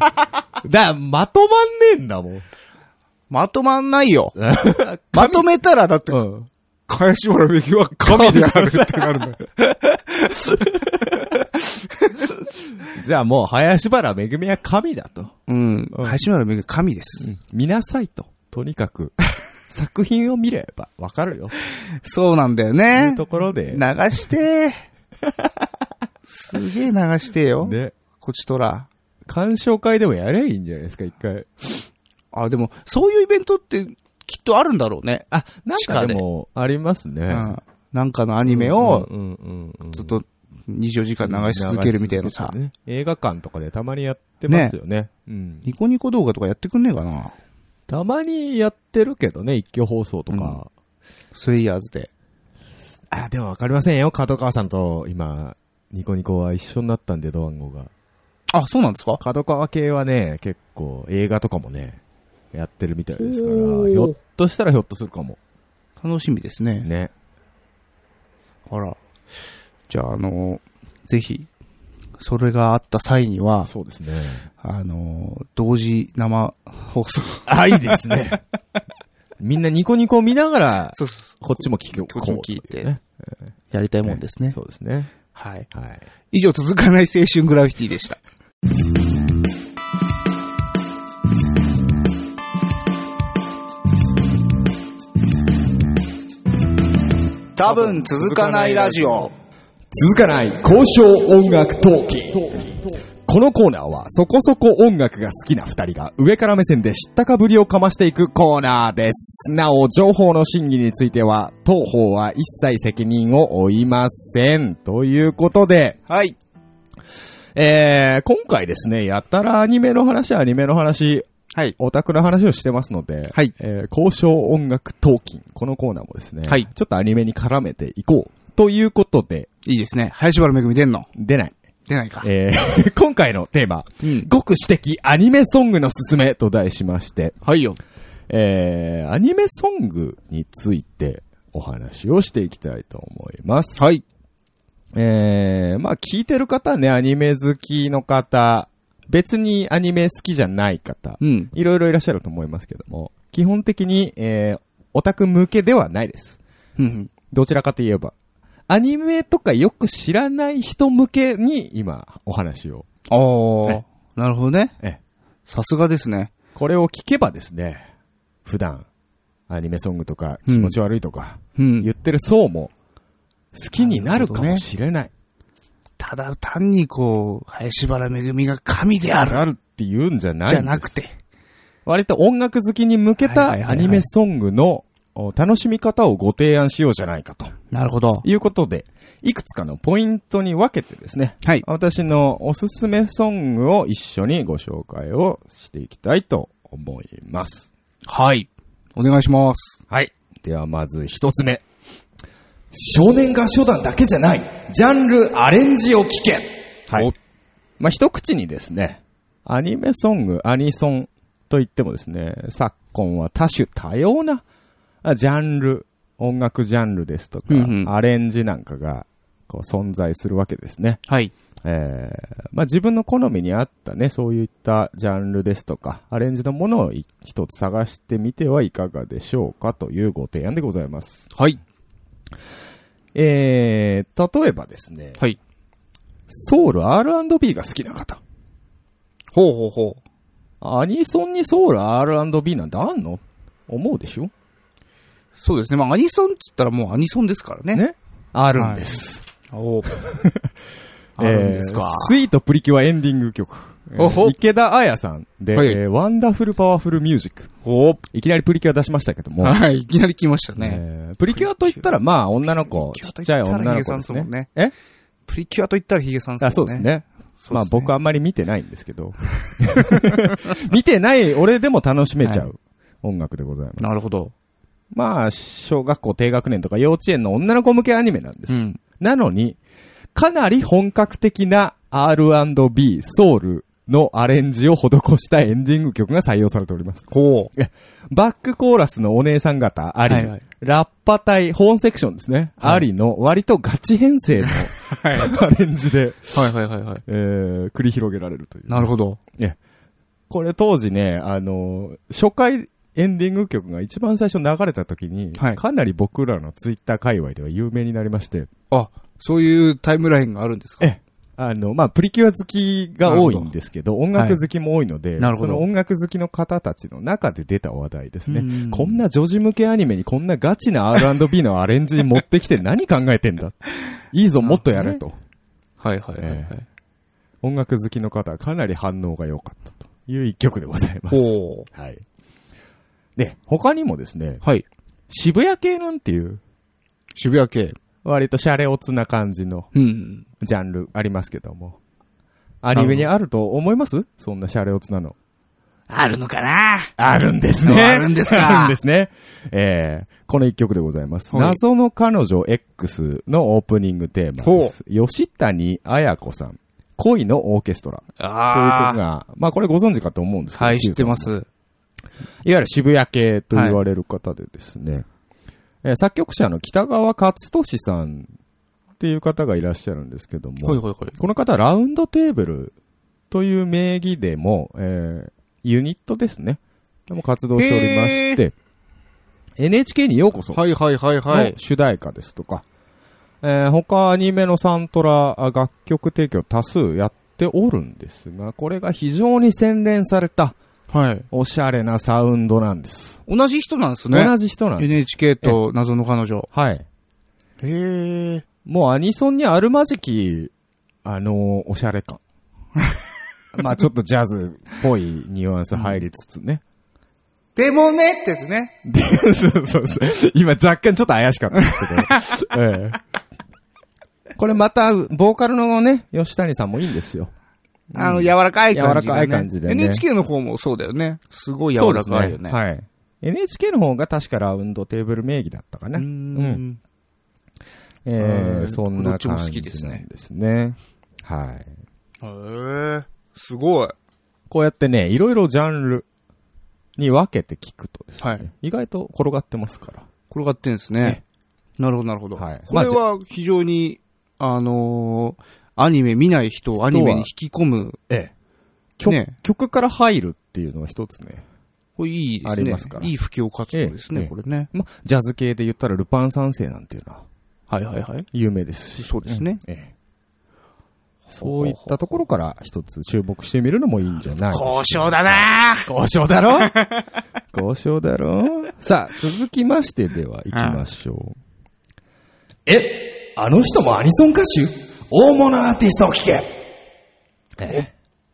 だからまとまんねえんだもん。まとまんないよ。まとめたらだって、うん。林原めぐは神であるってなるんだよ。 じゃあもう、林原めぐみは神だと。うん。林原めぐは神です。見なさいと。とにかく、作品を見ればわかるよ。そうなんだよといねう。ところで流、して。 すげえ流してよ。ね、こちとら。鑑賞会でもやればいいんじゃないですか、一回。あ、でも、そういうイベントってきっとあるんだろうね。あ、なんかかででも、ありますうね。ん。なんかのアニメをうんうんうんうんずっと24時間流し続けるみたいなさ流し続け。てね映画館とかでたまにやってますよね。うん。ニコニコ動画とかやってくんねえかなたまにやってるけどね、一挙放送とか。スレイヤーズで。あ、でもわかりませんよ。角川さんと今、ニコニコは一緒になったんで、ドワンゴが。あ、そうなんですか角川系はね、結構映画とかもね、やってるみたいですから、おーひょっとしたらひょっとするかも。楽しみですね。ね。あら。じゃあ、あの、ぜひ、それがあった際には、そうですね。あの、同時生放送。あ、いいですね。みんなニコニコを見ながら、そうそうそこっちも聞く。こっちも聞いてこうね。う。 やりたいもんですね。そうですね。はい。はい。以上、続かない青春グラフィティでした。多分続かないラジオ。続かない交渉音楽トーキこのコーナーはそこそこ音楽が好きな二人が上から目線で知ったかぶりをかましていくコーナーです。なお、情報の審議については、当方は一切責任を負いません。ということで、はい。えー、今回ですね、やたらアニメの話、アニメの話、はい。オタクの話をしてますので、はいえー交渉音楽トーキン、このコーナーもですね、はいちょっとアニメに絡めていこう。ということで、いいですね。林原めぐみ出んの出ない。出ない か。えー今回のテーマ、うん。ごく私的アニメソングのすすめと題しまして、はいよ。えー、アニメソングについてお話をしていきたいと思います。はい。えー、まあ聞いてる方ね、アニメ好きの方、別にアニメ好きじゃない方、うん。いろいろいらっしゃると思いますけども、基本的に、えー、オタク向けではないです。うん。どちらかといえば。アニメとかよく知らない人向けに今お話を。あー。なるほどね。ええさすがですね。これを聞けばですね、普段、アニメソングとかうん気持ち悪いとか、うん言ってる層も、好きになるかもしれない。ただ単にこう、林原めぐみが神である。あるって言うんじゃないんじですゃなくて。割と音楽好きに向けはいはいたはいはアいニメソングのお楽しみ方をご提案しようじゃないかとなるほど。いうことで、いくつかのポイントに分けてですね、はい。私のおすすめソングを一緒にご紹介をしていきたいと思います。はい。お願いします。はい。ではまず一つ目。少年合唱団だけじゃない、ジャンルアレンジを聞け。はおい。まあ、一口にですね、アニメソング、アニソンといってもですね、昨今は多種多様なあジャンル、音楽ジャンルですとか、うんうんアレンジなんかがこう存在するわけですね。はい。えーまあ、自分の好みに合ったね、そういったジャンルですとか、アレンジのものをい一つ探してみてはいかがでしょうかというご提案でございます。はい。えー、例えばですね、はい。ソウル R&B が好きな方。ほうほうほう。アニソンにソウル R&B なんてあんの思うでしょそうですね。まあ、アニソンっつったらもうアニソンですからね。ねあるんです。おあるんです えかー。スイートプリキュアエンディング曲。えーおほ池田彩さんで、はいえーワンダフルパワフルミュージック。おいきなりプリキュア出しましたけども。はい。いきなり来ましたね。えープリキュアと言ったら、まあ、女の子、プリキちュアっとちゃい言ったら女の子ヒゲさんでっすすもんねね。えプリキュアと言ったらヒゲさんあ、そうです。ね。そうですねまあ、僕あんまり見てないんですけど。 見てない俺でも楽しめちゃう音楽でございます。なるほど。まあ、小学校低学年とか幼稚園の女の子向けアニメなんでうす。ん。なのに、かなり本格的な R&B、ソウルのアレンジを施したエンディング曲が採用されております。ほう。バックコーラスのお姉さん方あり、はいはいラッパ隊、ホーンセクションですね、はいありの割とガチ編成の はい。はいアレンジで、はいはいはい。えー、繰り広げられるという。なるほど。これ当時ね、あの、初回エンディング曲が一番最初流れた時に、はいかなり僕らのツイッター界隈では有名になりまして、あ、そういうタイムラインがあるんですかえあの、まあ、プリキュア好きが多いんですけど、音楽好きも多いので、なるほそどの音楽好きの方たちの中で出た話題ですね。うんこんな女児向けアニメにこんなガチな R&B のアレンジ持ってきて何考えてんだいいぞ、もっとやれと。はいはいはいはい。音楽好きの方はかなり反応が良かったという一曲でございます。ほう。はい。で、他にもですね、はい。渋谷系なんていう、渋谷系。割とシャレオツな感じのうん。ジャンルありますけども。アニメにあると思いますそんなシャレオツなの。あるのかなあるんです あるんですかあるんですね。えー、この一曲でございます。はい謎の彼女 X のオープニングテーマです。吉谷彩子さん。恋のオーケストラという曲ああ。が、まあこれご存知かと思うんですけど。はい、知ってま Q さんも。いす。わゆる渋谷系と言われる方でですね、えー作曲者の北川勝利さんっていう方がいらっしゃるんですけども、はいはいはい。この方、ラウンドテーブルという名義でも、えーユニットですね。でも活動しておりまして、NHK にようこそのはいはいはいはい。主題歌ですとか、えー他アニメのサントラ、あ楽曲提供多数やっておるんですが、これが非常に洗練されたはい。おしゃれなサウンドなんです。同じ人なんですね。同じ人なんです。 NHK と謎の彼女。はい。へえ。もうアニソンにあるまじき、あのーおしゃれ 感。まあちょっとジャズっぽいニュアンス入りつつね。でもねってやつね。で そうそうそう。今若干ちょっと怪しかったんです けど。ええこれまた、ボーカルのね、吉谷さんもいいんですよ。あの、柔らかい感じ、柔らかい感じでね NHK の方もそうだよね。すごい柔らかいよね。い。はい。NHK の方が確かラウンドテーブル名義だったかうな。ーうん。ん。えうえんそんなどっちも感好じなきんですねですね。はい。へえ。すごい。こうやってね、いろいろジャンルに分けて聞くとですね、はい意外と転がってますから。転がってんですね。なるほど、なるほど。はいこれは非常に、あのーアニメ見ない人をアニメに引き込む。ええ。曲,、ね曲から入るっていうのは一つね。これいいですありね。ますからいい布教活動ですね、ええこれね。ま、ジャズ系で言ったらルパン三世なんていうのははいはいはい。有名ですし。そうですね。ええ。そういったところから一つ注目してみるのもいいんじゃない交渉だなぁ交渉だろ 交渉だろさあ、続きましてでは行きましょう。え、あの人もアニソン歌手大物アーティストを聴け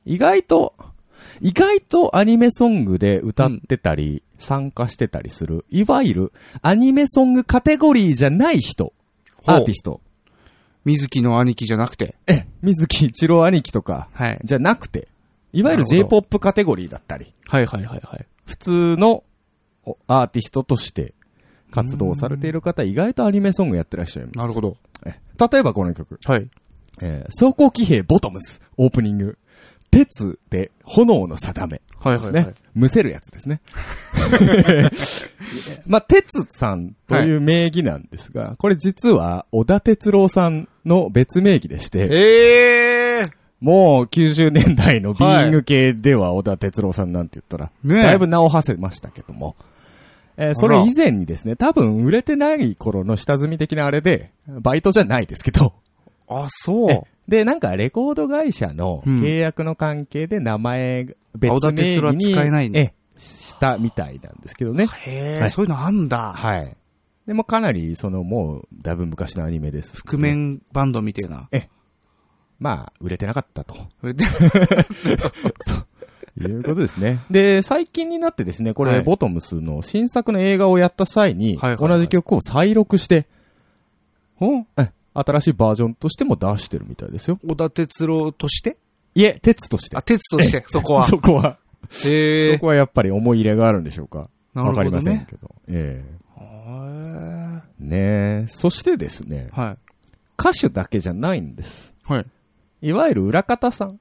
意外と、意外とアニメソングで歌ってたり、参加してたりする、いわゆるアニメソングカテゴリーじゃない人、ほうアーティスト。水木の兄貴じゃなくて。え、水木一郎兄貴とか、はい。じゃなくて、いわゆるなるほ J-POP カテゴリーだったり。はいはいはいはい。普通のおアーティストとして活動されている方、意外とアニメソングやってらっしゃいます。なるほど。え例えばこの曲、はい。えー、装甲騎兵ボトムズ、オープニング、鉄で炎の定め。はいではすいね。はい。むせるやつです ね。まあ、鉄さんという名義なんですが、これ実は小田哲郎さんの別名義でして、ええーもう90年代のビーイング系では小田哲郎さんなんて言ったら、ねえだいぶ名を馳せましたけども、えーそれ以前にですね、多分売れてない頃の下積み的なあれで、バイトじゃないですけど、あ、そう。で、なんかレコード会社のうん契約の関係で名前、別青田名哲郎義はに、使えないねええしたみたいなんですけどね。へえ、はいそういうのあんだ。はい。でもかなり、そのもう、だいぶ昔のアニメです。覆。面バンドみたいな。まあ、売れてなかったと。それでいうことです ね。で、最近になってですね、これ、はいボトムスの新作の映画をやった際に、はいはいはい同じ曲を再録して、おえ新しいバージョンとしても出してるみたいですよ。小田哲郎としていえ、鉄としてあ、。鉄と して、そこは。 そこは、へそこはやっぱり思い入れがあるんでしょうか。なるわかりほまどせんね。けど。ええはねえ。そしてですねい。、は歌手だけじゃないんです。い。いわゆる裏方さん。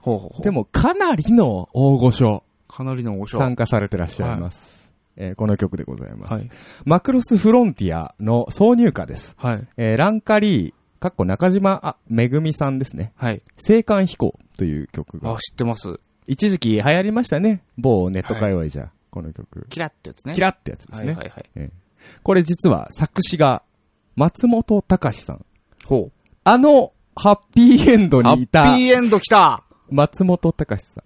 ほうほうほう。で、も、かなりの大御所。かなりのおし参加されてらっしゃいます。えーこの曲でございます、はい。マクロスフロンティアの挿入歌です。はい。えーランカリー、かっこ中島あめぐみさんですね。はい。青函飛行という曲があ、。知ってます。一時期流行りましたね。某ネット界隈じゃ、この曲。キラってやつね。キラってやつですはね。いはいはい。これ実は作詞が松本隆さん。ほう。あの、ハッピーエンドハにッいたピーエンド来た松本隆さん。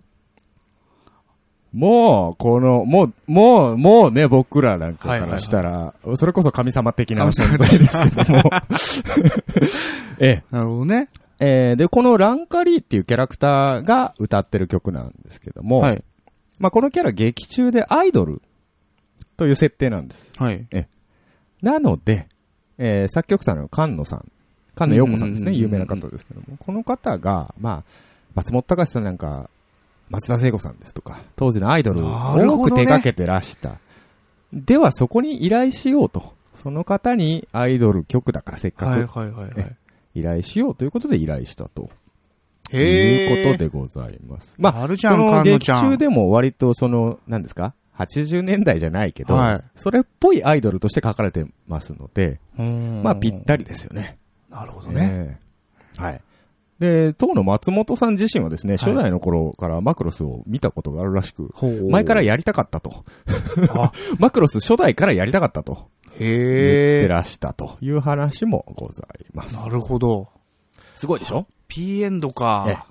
もう、この、もう、もう、もうね、僕らなんかからしたら、それこそ神様的な存在ですけども。 ええ、なるほどね。えーで、このランカリーっていうキャラクターが歌ってる曲なんですけども、はい。まあ、このキャラ劇中でアイドルという設定なんです。はい。なので、えー作曲者の菅野さん、菅野陽子さんですね、うんうん有うんうん名な方ですけども、この方が、まあ、松本隆さんなんか、松田聖子さんですとか、当時のアイドルをなる多ほくど手ね掛けてらした。では、そこに依頼しようと。その方にアイドル曲だからせっはいかくはいはいはえい。依頼しようということで依頼したと。へえ。いうことでございます。まあ、あるじそゃん、の菅野劇ちゃん。中でも割とその、何ですか ?80 年代じゃないけど、はいそれっぽいアイドルとして書かれてますので、うんまあぴったりですよね。なるほどね。ええはい。で、当の松本さん自身はですね、い初代の頃からマクロスを見たことがあるらしく、ほう前からやりたかったと。あ マクロス初代からやりたかったと。言ってへえ。らしたという話もございます。なるほど。すごいでしょピーエンドええか。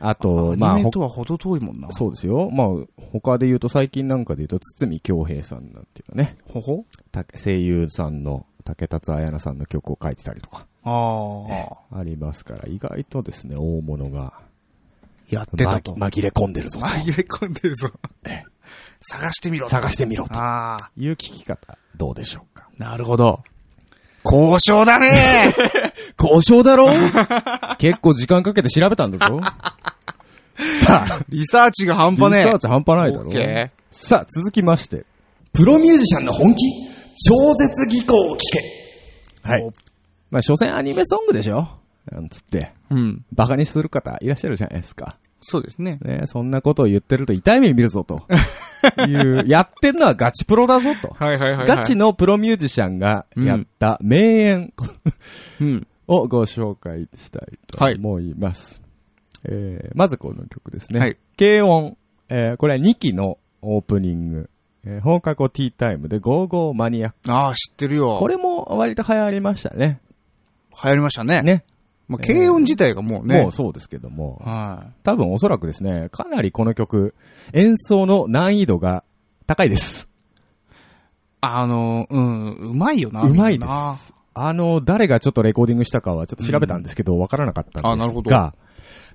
あと、まアあ、ニほメとはほど遠いもんな。そうですよ。まあ、他で言うと最近なんかで言うと、堤京平さんなんていうのね、ほほた声優さんの竹達彩奈さんの曲を書いてたりとか、ああ。ありますから、意外とですね、大物がやってまたと。紛れ込んでるぞと。紛れ込んでるぞ。探してみろ。探してみろとああ。いう聞き方、どうでしょうか。なるほど。交渉だね 交渉だろ結構時間かけて調べたんだ ぞ。さあ、 リサーチが半リサ端ねえ。ーチ半端ないだオろッ。ケさあ、続きまして。プロミュージシャンの本気超絶技巧を聞けはいお。まあ、所詮アニメソングでしょなんつって、ーうん。バカにする方いらっしゃるじゃないですか。そうですね。ねそんなことを言ってると痛い目見るぞと。いう、 やってんのはガチプロだぞと。はいはいはい、ガチのプロミュージシャンがやった名演うん。をご紹介したいと思います。えーまずこの曲ですね。はい軽音。えーこれは2期のオープニング。えー放課後ティータイムで55マニアック。ああ、知ってるよ。これも割と流行りましたね。流行りましたね。ね。まあ、軽音自体がもうね。もうそうですけども。は多分おそらくですね、かなりこの曲、演奏の難易度が高いです。い。あの、うん、うまいよな。うまいでみんなす。あの、誰がちょっとレコーディングしたかはちょっと調べたんですけど、わ、からなかったんですが、あなるほど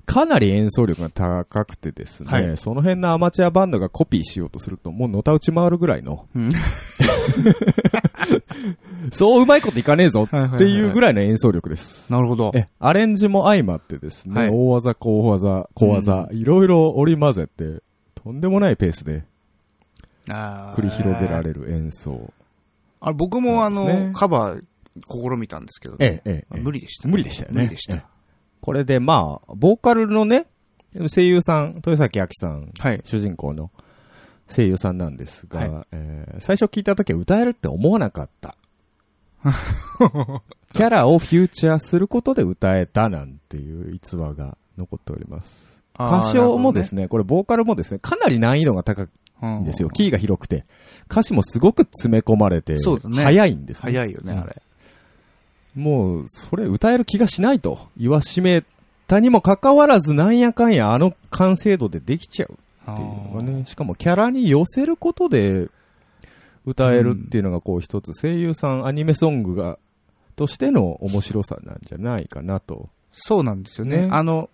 かなり演奏力が高くてですね、はいその辺のアマチュアバンドがコピーしようとすると、もうのたうち回るぐらいの、うん。 そううまいこといかねえぞはいはいはいはいっていうぐらいの演奏力です。なるほど。え、アレンジも相まってですね、はい大技、小技、小技、いろいろ織り交ぜて、とんでもないペースであー繰り広げられる演奏。あれ僕もあそうですの、ねカバー試みたんですけど、ええ、ええ。無理でした。無理でしたよね無理でした。これでまあ、ボーカルのね、声優さん、豊崎明さん、はい。主人公の声優さんなんですが、はえー最初聞いた時は歌えるって思わなか った。キャラをフューチャーすることで歌えたなんていう逸話が残っております。あー歌唱もですね、これボーカルもですね、かなり難易度が高いんですよ。。キーが広くて。歌詞もすごく詰め込まれて、そうだね早いんですね。早いよね、あれ。もう、それ歌える気がしないと言わしめたにもかかわらず、なんやかんやあの完成度でできちゃうっていうのがね、しかもキャラに寄せることで歌えるっていうのがこう一つ声優さん、アニメソングが、としての面白さなんじゃないかなと。そうなんですよねねあの、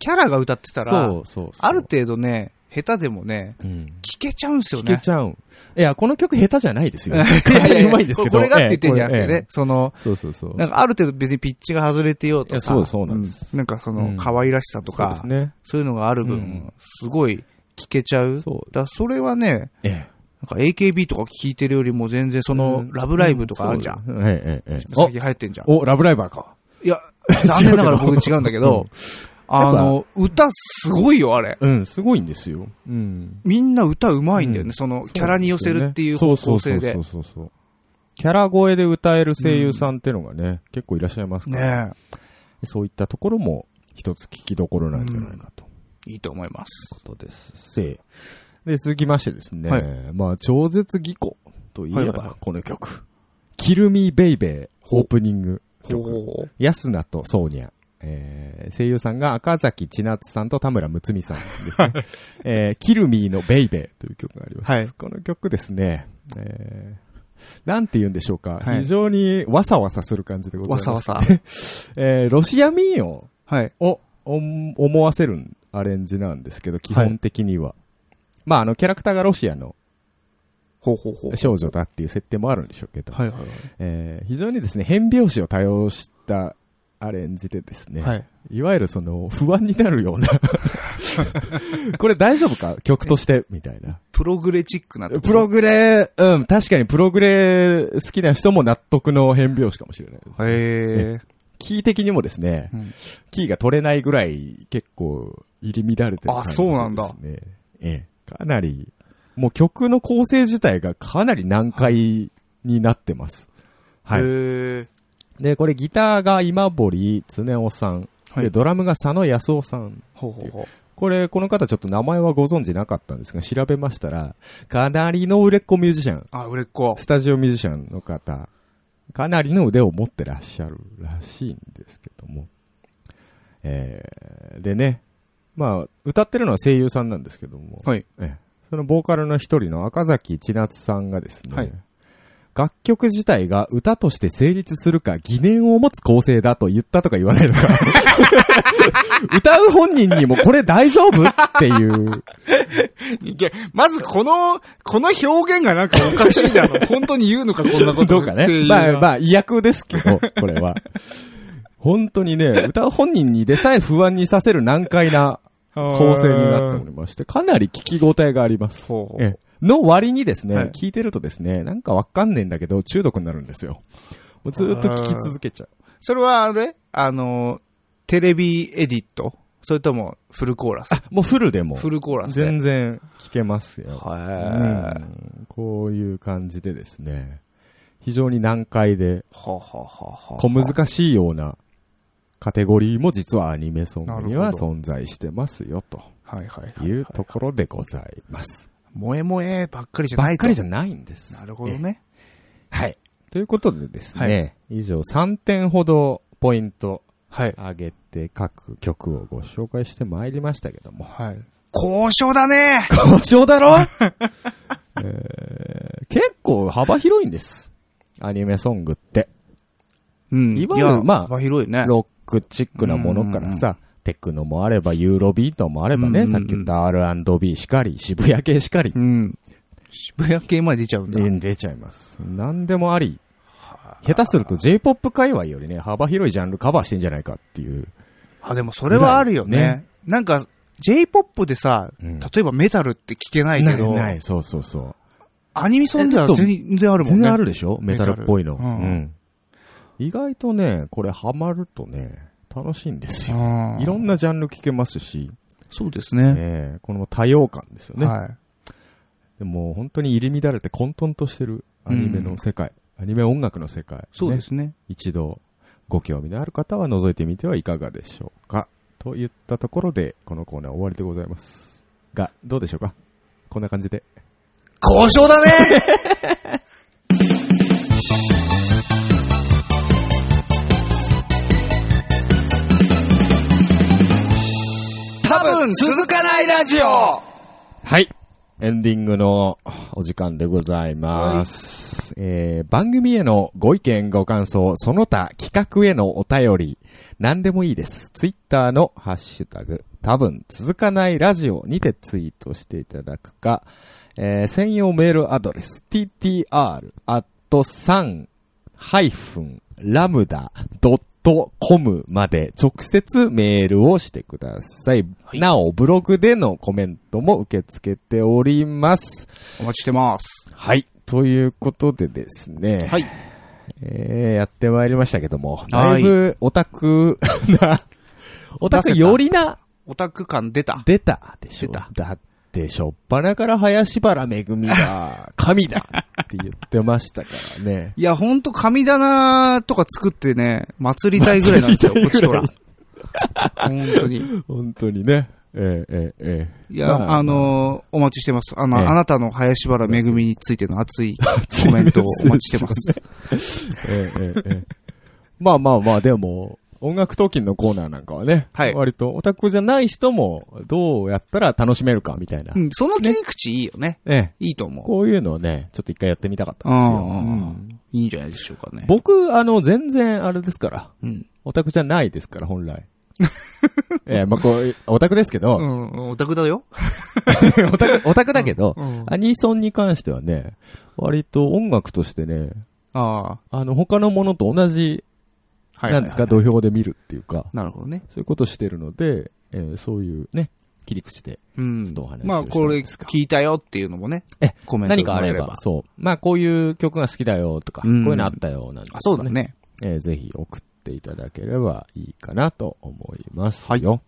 キャラが歌ってたら、そうそうそうある程度ね、下手でもね、うん聞けちゃうんですよ聞けね。ちゃうん。いや、この曲下手じゃないですよ。 いやいやうまいんですけど。これがって言ってんじゃなくてええね、。そのこ、れええそうそうそう。なんかある程度別にピッチが外れてよういとか、やそうそうなんですなんかそうんの、可愛らしさとそうでか、すね。そういうのがあるう分、んすごい聞けちゃう。だかそう。らそれはね、ええ。なんか AKB とか聞いてるよりも全然その、うんラブライブとかあるじゃん。うええええええ。最近流行ってんじゃん。お、お、ラブライバーか。い や、残念ながら僕違うんだけど、あの、歌すごいよ、あれ。うん、すごいんですよ。うん。みんな歌うまいんだよね、うんその、キャラに寄せるっていう方向性でそう。そうそうそうそう。キャラ声で歌える声優さんってのがね、結構いらっしゃいますから、ねそういったところも一つ聞きどころなんじゃないかと。え。いいと思います。ことです。せで、続きましてですね、はいまあ、超絶技巧といえば、はいはいはいこの曲。キルミーベイベーオープニング曲。ほう。安名とソーニャ。えー声優さんが赤崎千夏さんと田村睦美さんですね。 えーキルミーのベイベーという曲があります。はいこの曲ですね、えーなんて言うんでしょうか、はい非常にわさわさする感じでございわます。さわさ。えーロシア民謡はい。をおん思わせるアレンジなんですけど、基本的には。まあ、あの、キャラクターがロシアのほうほうほう。少女だっていう設定もあるんでしょうけど、はいはいえー非常にですね、変拍子を多用したアレンジでですね、、はい。はいい。わゆるその、不安になるような、 これ大丈夫か曲として、みたいな。プログレチックなとこプログレ、うん、確かにプログレ好きな人も納得の変拍子かもしれないです。へえ。キー的にもですね、うんキーが取れないぐらい結構入り乱れてる感じです、ね。あそうなんだええ。かなり、もう曲の構成自体がかなり難解になってます。はい。へえ。で、これギターが今堀恒夫さん。はいで、ドラムが佐野康夫さん。ほうほうほう。これ、この方ちょっと名前はご存知なかったんですが、調べましたら、かなりの売れっ子ミュージシャン、あ、売れっ子。スタジオミュージシャンの方、かなりの腕を持ってらっしゃるらしいんですけども。えー、でね、まあ、歌ってるのは声優さんなんですけども、はい。ええそのボーカルの一人の赤崎千夏さんがですね、はい楽曲自体が歌として成立するか疑念を持つ構成だと言ったとか言わないのか。 歌う本人にもこれ大丈夫っていう。いけ、まずこの、この表現がなんかおかしい だろ。本当に言うのか、こんなこと。どうかね。まあまあ、違約ですけ ど、これは。本当にね、歌う本人にでさえ不安にさせる難解なあ構成になっておりまして、かなり聞き応えがあります。ほうええの割にですね、はい聞いてるとですね、なんかわかんねえんだけど、中毒になるんですよ。もうずーっと聞き続けちゃう。それはあれあの、テレビエディットそれともフルコーラスもうフルでも、フルコーラスで。全然聞けますよ。はうい。んこういう感じでですね、非常に難解で、はははは小難しいようなカテゴリーも実はアニメソングにはなるほ存在してますよ、とはいはいはい。いうところでございます。萌え萌えばっかりじゃばなっいとかりじゃないんです。なるほどね。はい。ということでですね、以上3点ほどポイントはい。上げて各曲をご紹介してまいりましたけども。はい。交渉だね交渉だろ、 えー結構幅広いんです。アニメソングって。うんいわゆるやまあ幅広いね。ロックチックなものからさ、テクノもあれば、ユーロビートもあればね、うんうんうんさっき言った R&B しかり、渋谷系しかりう、ん。渋谷系まで出ちゃうんだ。出ちゃいます。何でもあり、下手すると J-POP 界隈よりね、幅広いジャンルカバーしてんじゃないかっていう。あ、でもそれはあるよね。ぐらいねなんか、J-POP でさ、うん例えばメタルって聞けないけど、ない、そうそうそう。アニメソンでは全然あるもんね。全然あるでしょメタルっぽいの。メうタルうんん。意外とね、これハマるとね、楽しいんですよ。うんいろんなジャンル聞けますし、そうですね。ええこの多様感ですよね。はい。でも本当に入り乱れて混沌としてるアニメの世界、アニメ音楽の世界。そうでね。すね。一度ご興味のある方は覗いてみてはいかがでしょうか。といったところで、このコーナー終わりでございます。が、どうでしょうかこんな感じで。交渉だね多分続かないラジオはい。エンディングのお時間でございます。えー、番組へのご意見、ご感想、その他企画へのお便り、何でもいいです。ツイッターのハッシュタグ、多分続かないラジオにてツイートしていただくか、えー、専用メールアドレス、ttr.san-lambda.com まで直接メールをしてください。はいなお、ブログでのコメントも受け付けております。お待ちしてます。はい。ということでですね。はい。えー、やってまいりましたけども、だはいいぶオタク な、オタクよりな、オタク感出た。出たでしょ。出ただっって、しょっぱなから林原めぐみが、神だって言ってましたからね。いや、ほんと神棚とか作ってね、祭りたいぐらいなんですよ、こっちとら。 本当に。 本当にね。ええええええ。いや、まあ、のお待ちしてます。あの、ええあなたの林原めぐみについての熱いコメントをお待ちしてます。ええええええまあまあまあ、でも、音楽トーキンのコーナーなんかはね、はい割とオタクじゃない人もどうやったら楽しめるかみたいな。うん、その切り口いいよね。ええいいと思う。こういうのをね、ちょっと一回やってみたかったうんですよ。ん、ううんん。いいんじゃないでしょうかね。僕、あの、全然あれですから、うん。オタクじゃないですから、本 来。ええまあこう、オタクですけうど、ん、オタクだよ。 オタク、オタクだけど、うんアニソンに関してはね、割と音楽としてね、ああの、他のものと同じ、あ、はいはいはい。なんですか、土俵で見るっていうか、なるほどね。そういうことしてるので、えーそういうね、切り口で。うんどう話をしてまあ、これるんですか聞いたよっていうのもね。え、コメント何がかもあられえば。そう。まあ、こういう曲が好きだよとか、こううんいうのあったよなんて、あ、そうだ。ね。えーぜひ送っていただければいいかなと思いますよ。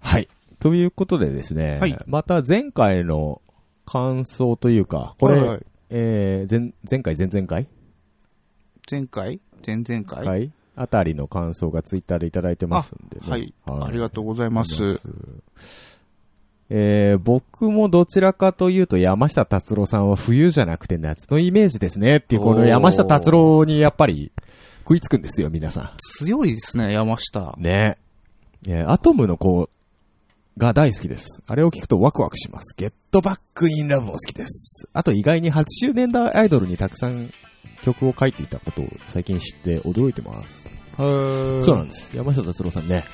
はい。ということでですね、はいまた前回の感想というか、これ、はいはいえー前、前回、前々回前回前々回。はいい。あたりの感想がツイッターでいただいてますんでね、はい。ありがとうございます。えー僕もどちらかというと山下達郎さんは冬じゃなくて夏のイメージですねっていうこの山下達郎にやっぱり食いつくんですよ、皆さ強いですね、山下ん。。ねえーアトムの子が大好きです。あれを聞くとワクワクします。ゲットバックインラブも好きです。あと意外に80年代アイドルにたくさん曲を書いていたことを最近知って驚いてます。そそうなんです。山下達郎さんね。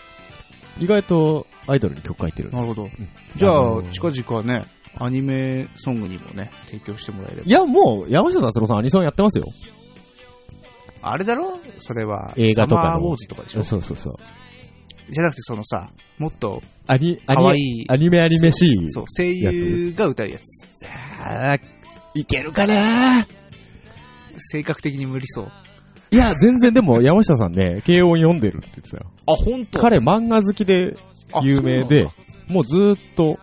意外とアイドルに曲書いてるんでなす。るほど。うんじゃあの、ー近々ね、アニメソングにもね、提供してもらえればい。や、もう、山下達郎さんアニソンやってますよ。あれだろそれは、映画とかのサマーウォーズとかでしょそうそうそう。じゃなくてそのさ、もっと、アニ、ア可愛ニ、いアニメアニメ C。そう、声優が歌うやつ。あーいけるかな性格的に無理そう。いや、全然でも山下さんね、軽音読んでるって言ってたよ。あ、本当彼漫画好きで有名で、もうずーっと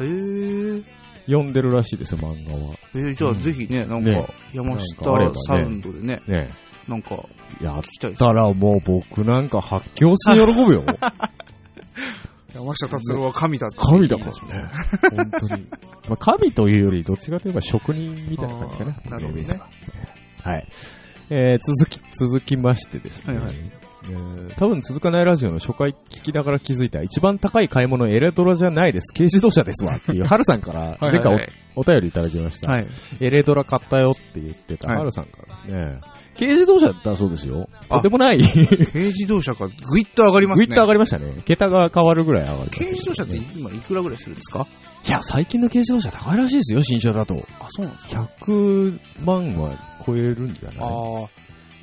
へー読んでるらしいですよ、漫画は。えー、じゃあうんぜひね、なんねか、山なんかあればね下サウンドでね、ねなんか、え。やっ聞きたいです。たらもう僕なんか発狂して喜ぶ よ。山下達郎は神だって神だからね。本当に。まあ、神というより、どっちかといえば職人みたいな感じかな。あーなるほイどねメージははい。えー、続き、続きましてですね。はいはいえー多分続かないラジオの初回聞きながら気づいた一番高い買い物エレトロじゃないです軽自動車ですわっていうハルさんから はい前はい回はいおお便りいただきました、はい。エレトラ買ったよって言ってたはいハルさんからですね、軽自動車だそうですよあとてもないグイ軽自動車がぐいっと上がりますね。ッと上がりましたね桁が変わるぐらい上がりましたね軽自動車って今いくらぐらいするんですかいや、最近の軽自動車高いらしいですよ、新車だと。あ、そうなんですか100万は超えるんじゃあなー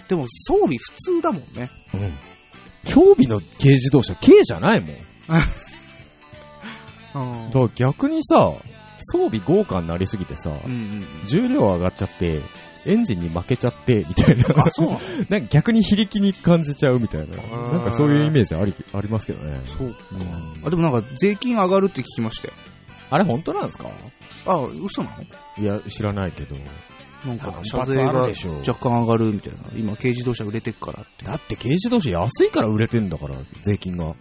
でも装備普通だもんね。いうん。競技の軽自動車、軽じゃないもん。だうんから逆にさ、装備豪華になりすぎてさ、うんうん重量上がっちゃって、エンジンに負けちゃって、みたいな。あ、そうなの なんか逆に非力に感じちゃうみたいな。ーなんかそういうイメージあり、ありますけどね。そうかうん。あ、でもなんか税金上がるって聞きましたよ。あれ本当なんですかあ、嘘なのいや、知らないけど。なんか反車発税あるがでしょ若干上がるみたいな。今軽自動車売れてっからって。だって軽自動車安いから売れてんだから、税金が。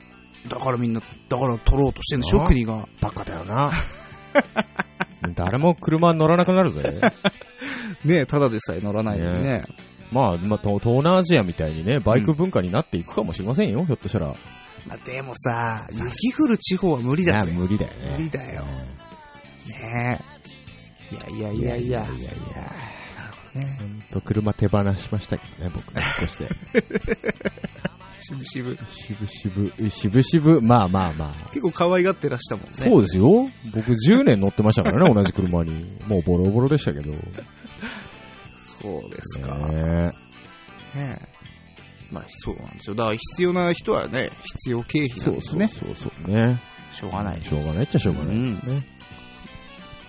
だからみんな、だから取ろうとしてんでしょあ国が。バカだよな。 誰も車に乗らなくなる ぜ。ねただでさえ乗らないのにね。まあ、まあ、東東南アジアみたいにね、バイク文化になっていくかもしれませんよ、ひょっとしたら。まあでもさ、雪降る地方は無理だよいやね。無理だよね。無理だよねいやいいやいやいや。いやいや。ねほんと、車手放しましたけどね、僕、 引っ越して。しぶしぶ。渋々、渋々、まあまあまあ。結構可愛がってらしたもんね。そうですよ。僕10年乗ってましたから ね、同じ車に。もうボロボロでしたけど。そうですか。ねねえまあそうなんですよ。だから必要な人はね、必要経費なんですね。そうそうそうね。しょうがない。しょうがないっちゃしょうがないですね。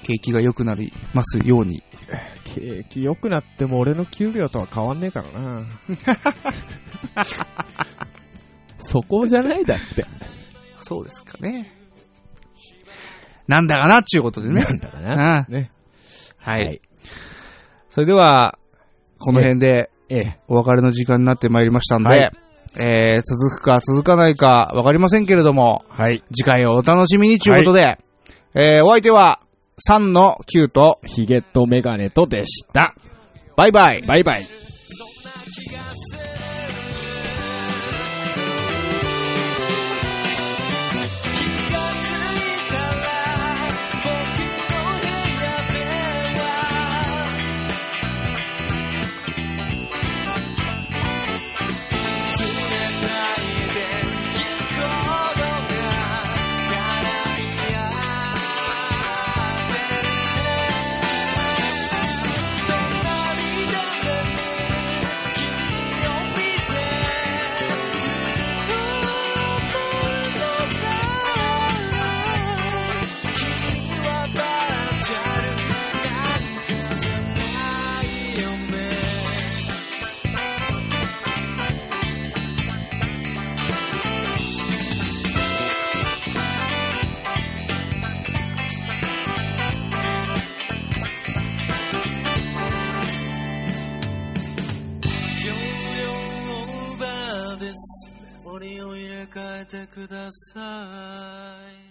景気が良くなりますように。景気良くなっても俺の給料とは変わんねえからな。 そこじゃないだって。そうですかね。なんだかなっていうこと でね。なんだかな。うね。はい。。それでは、この辺でええ。お別れの時間になってまいりましたんで、はいえー、続くか続かないかわかりませんけれども、はい。次回をお楽しみにということで、えー、お相手は、3の9と、ヒゲとメガネとでした。バイバイ。バイバイ。 4秒オーバーです。折を入れ替えてください。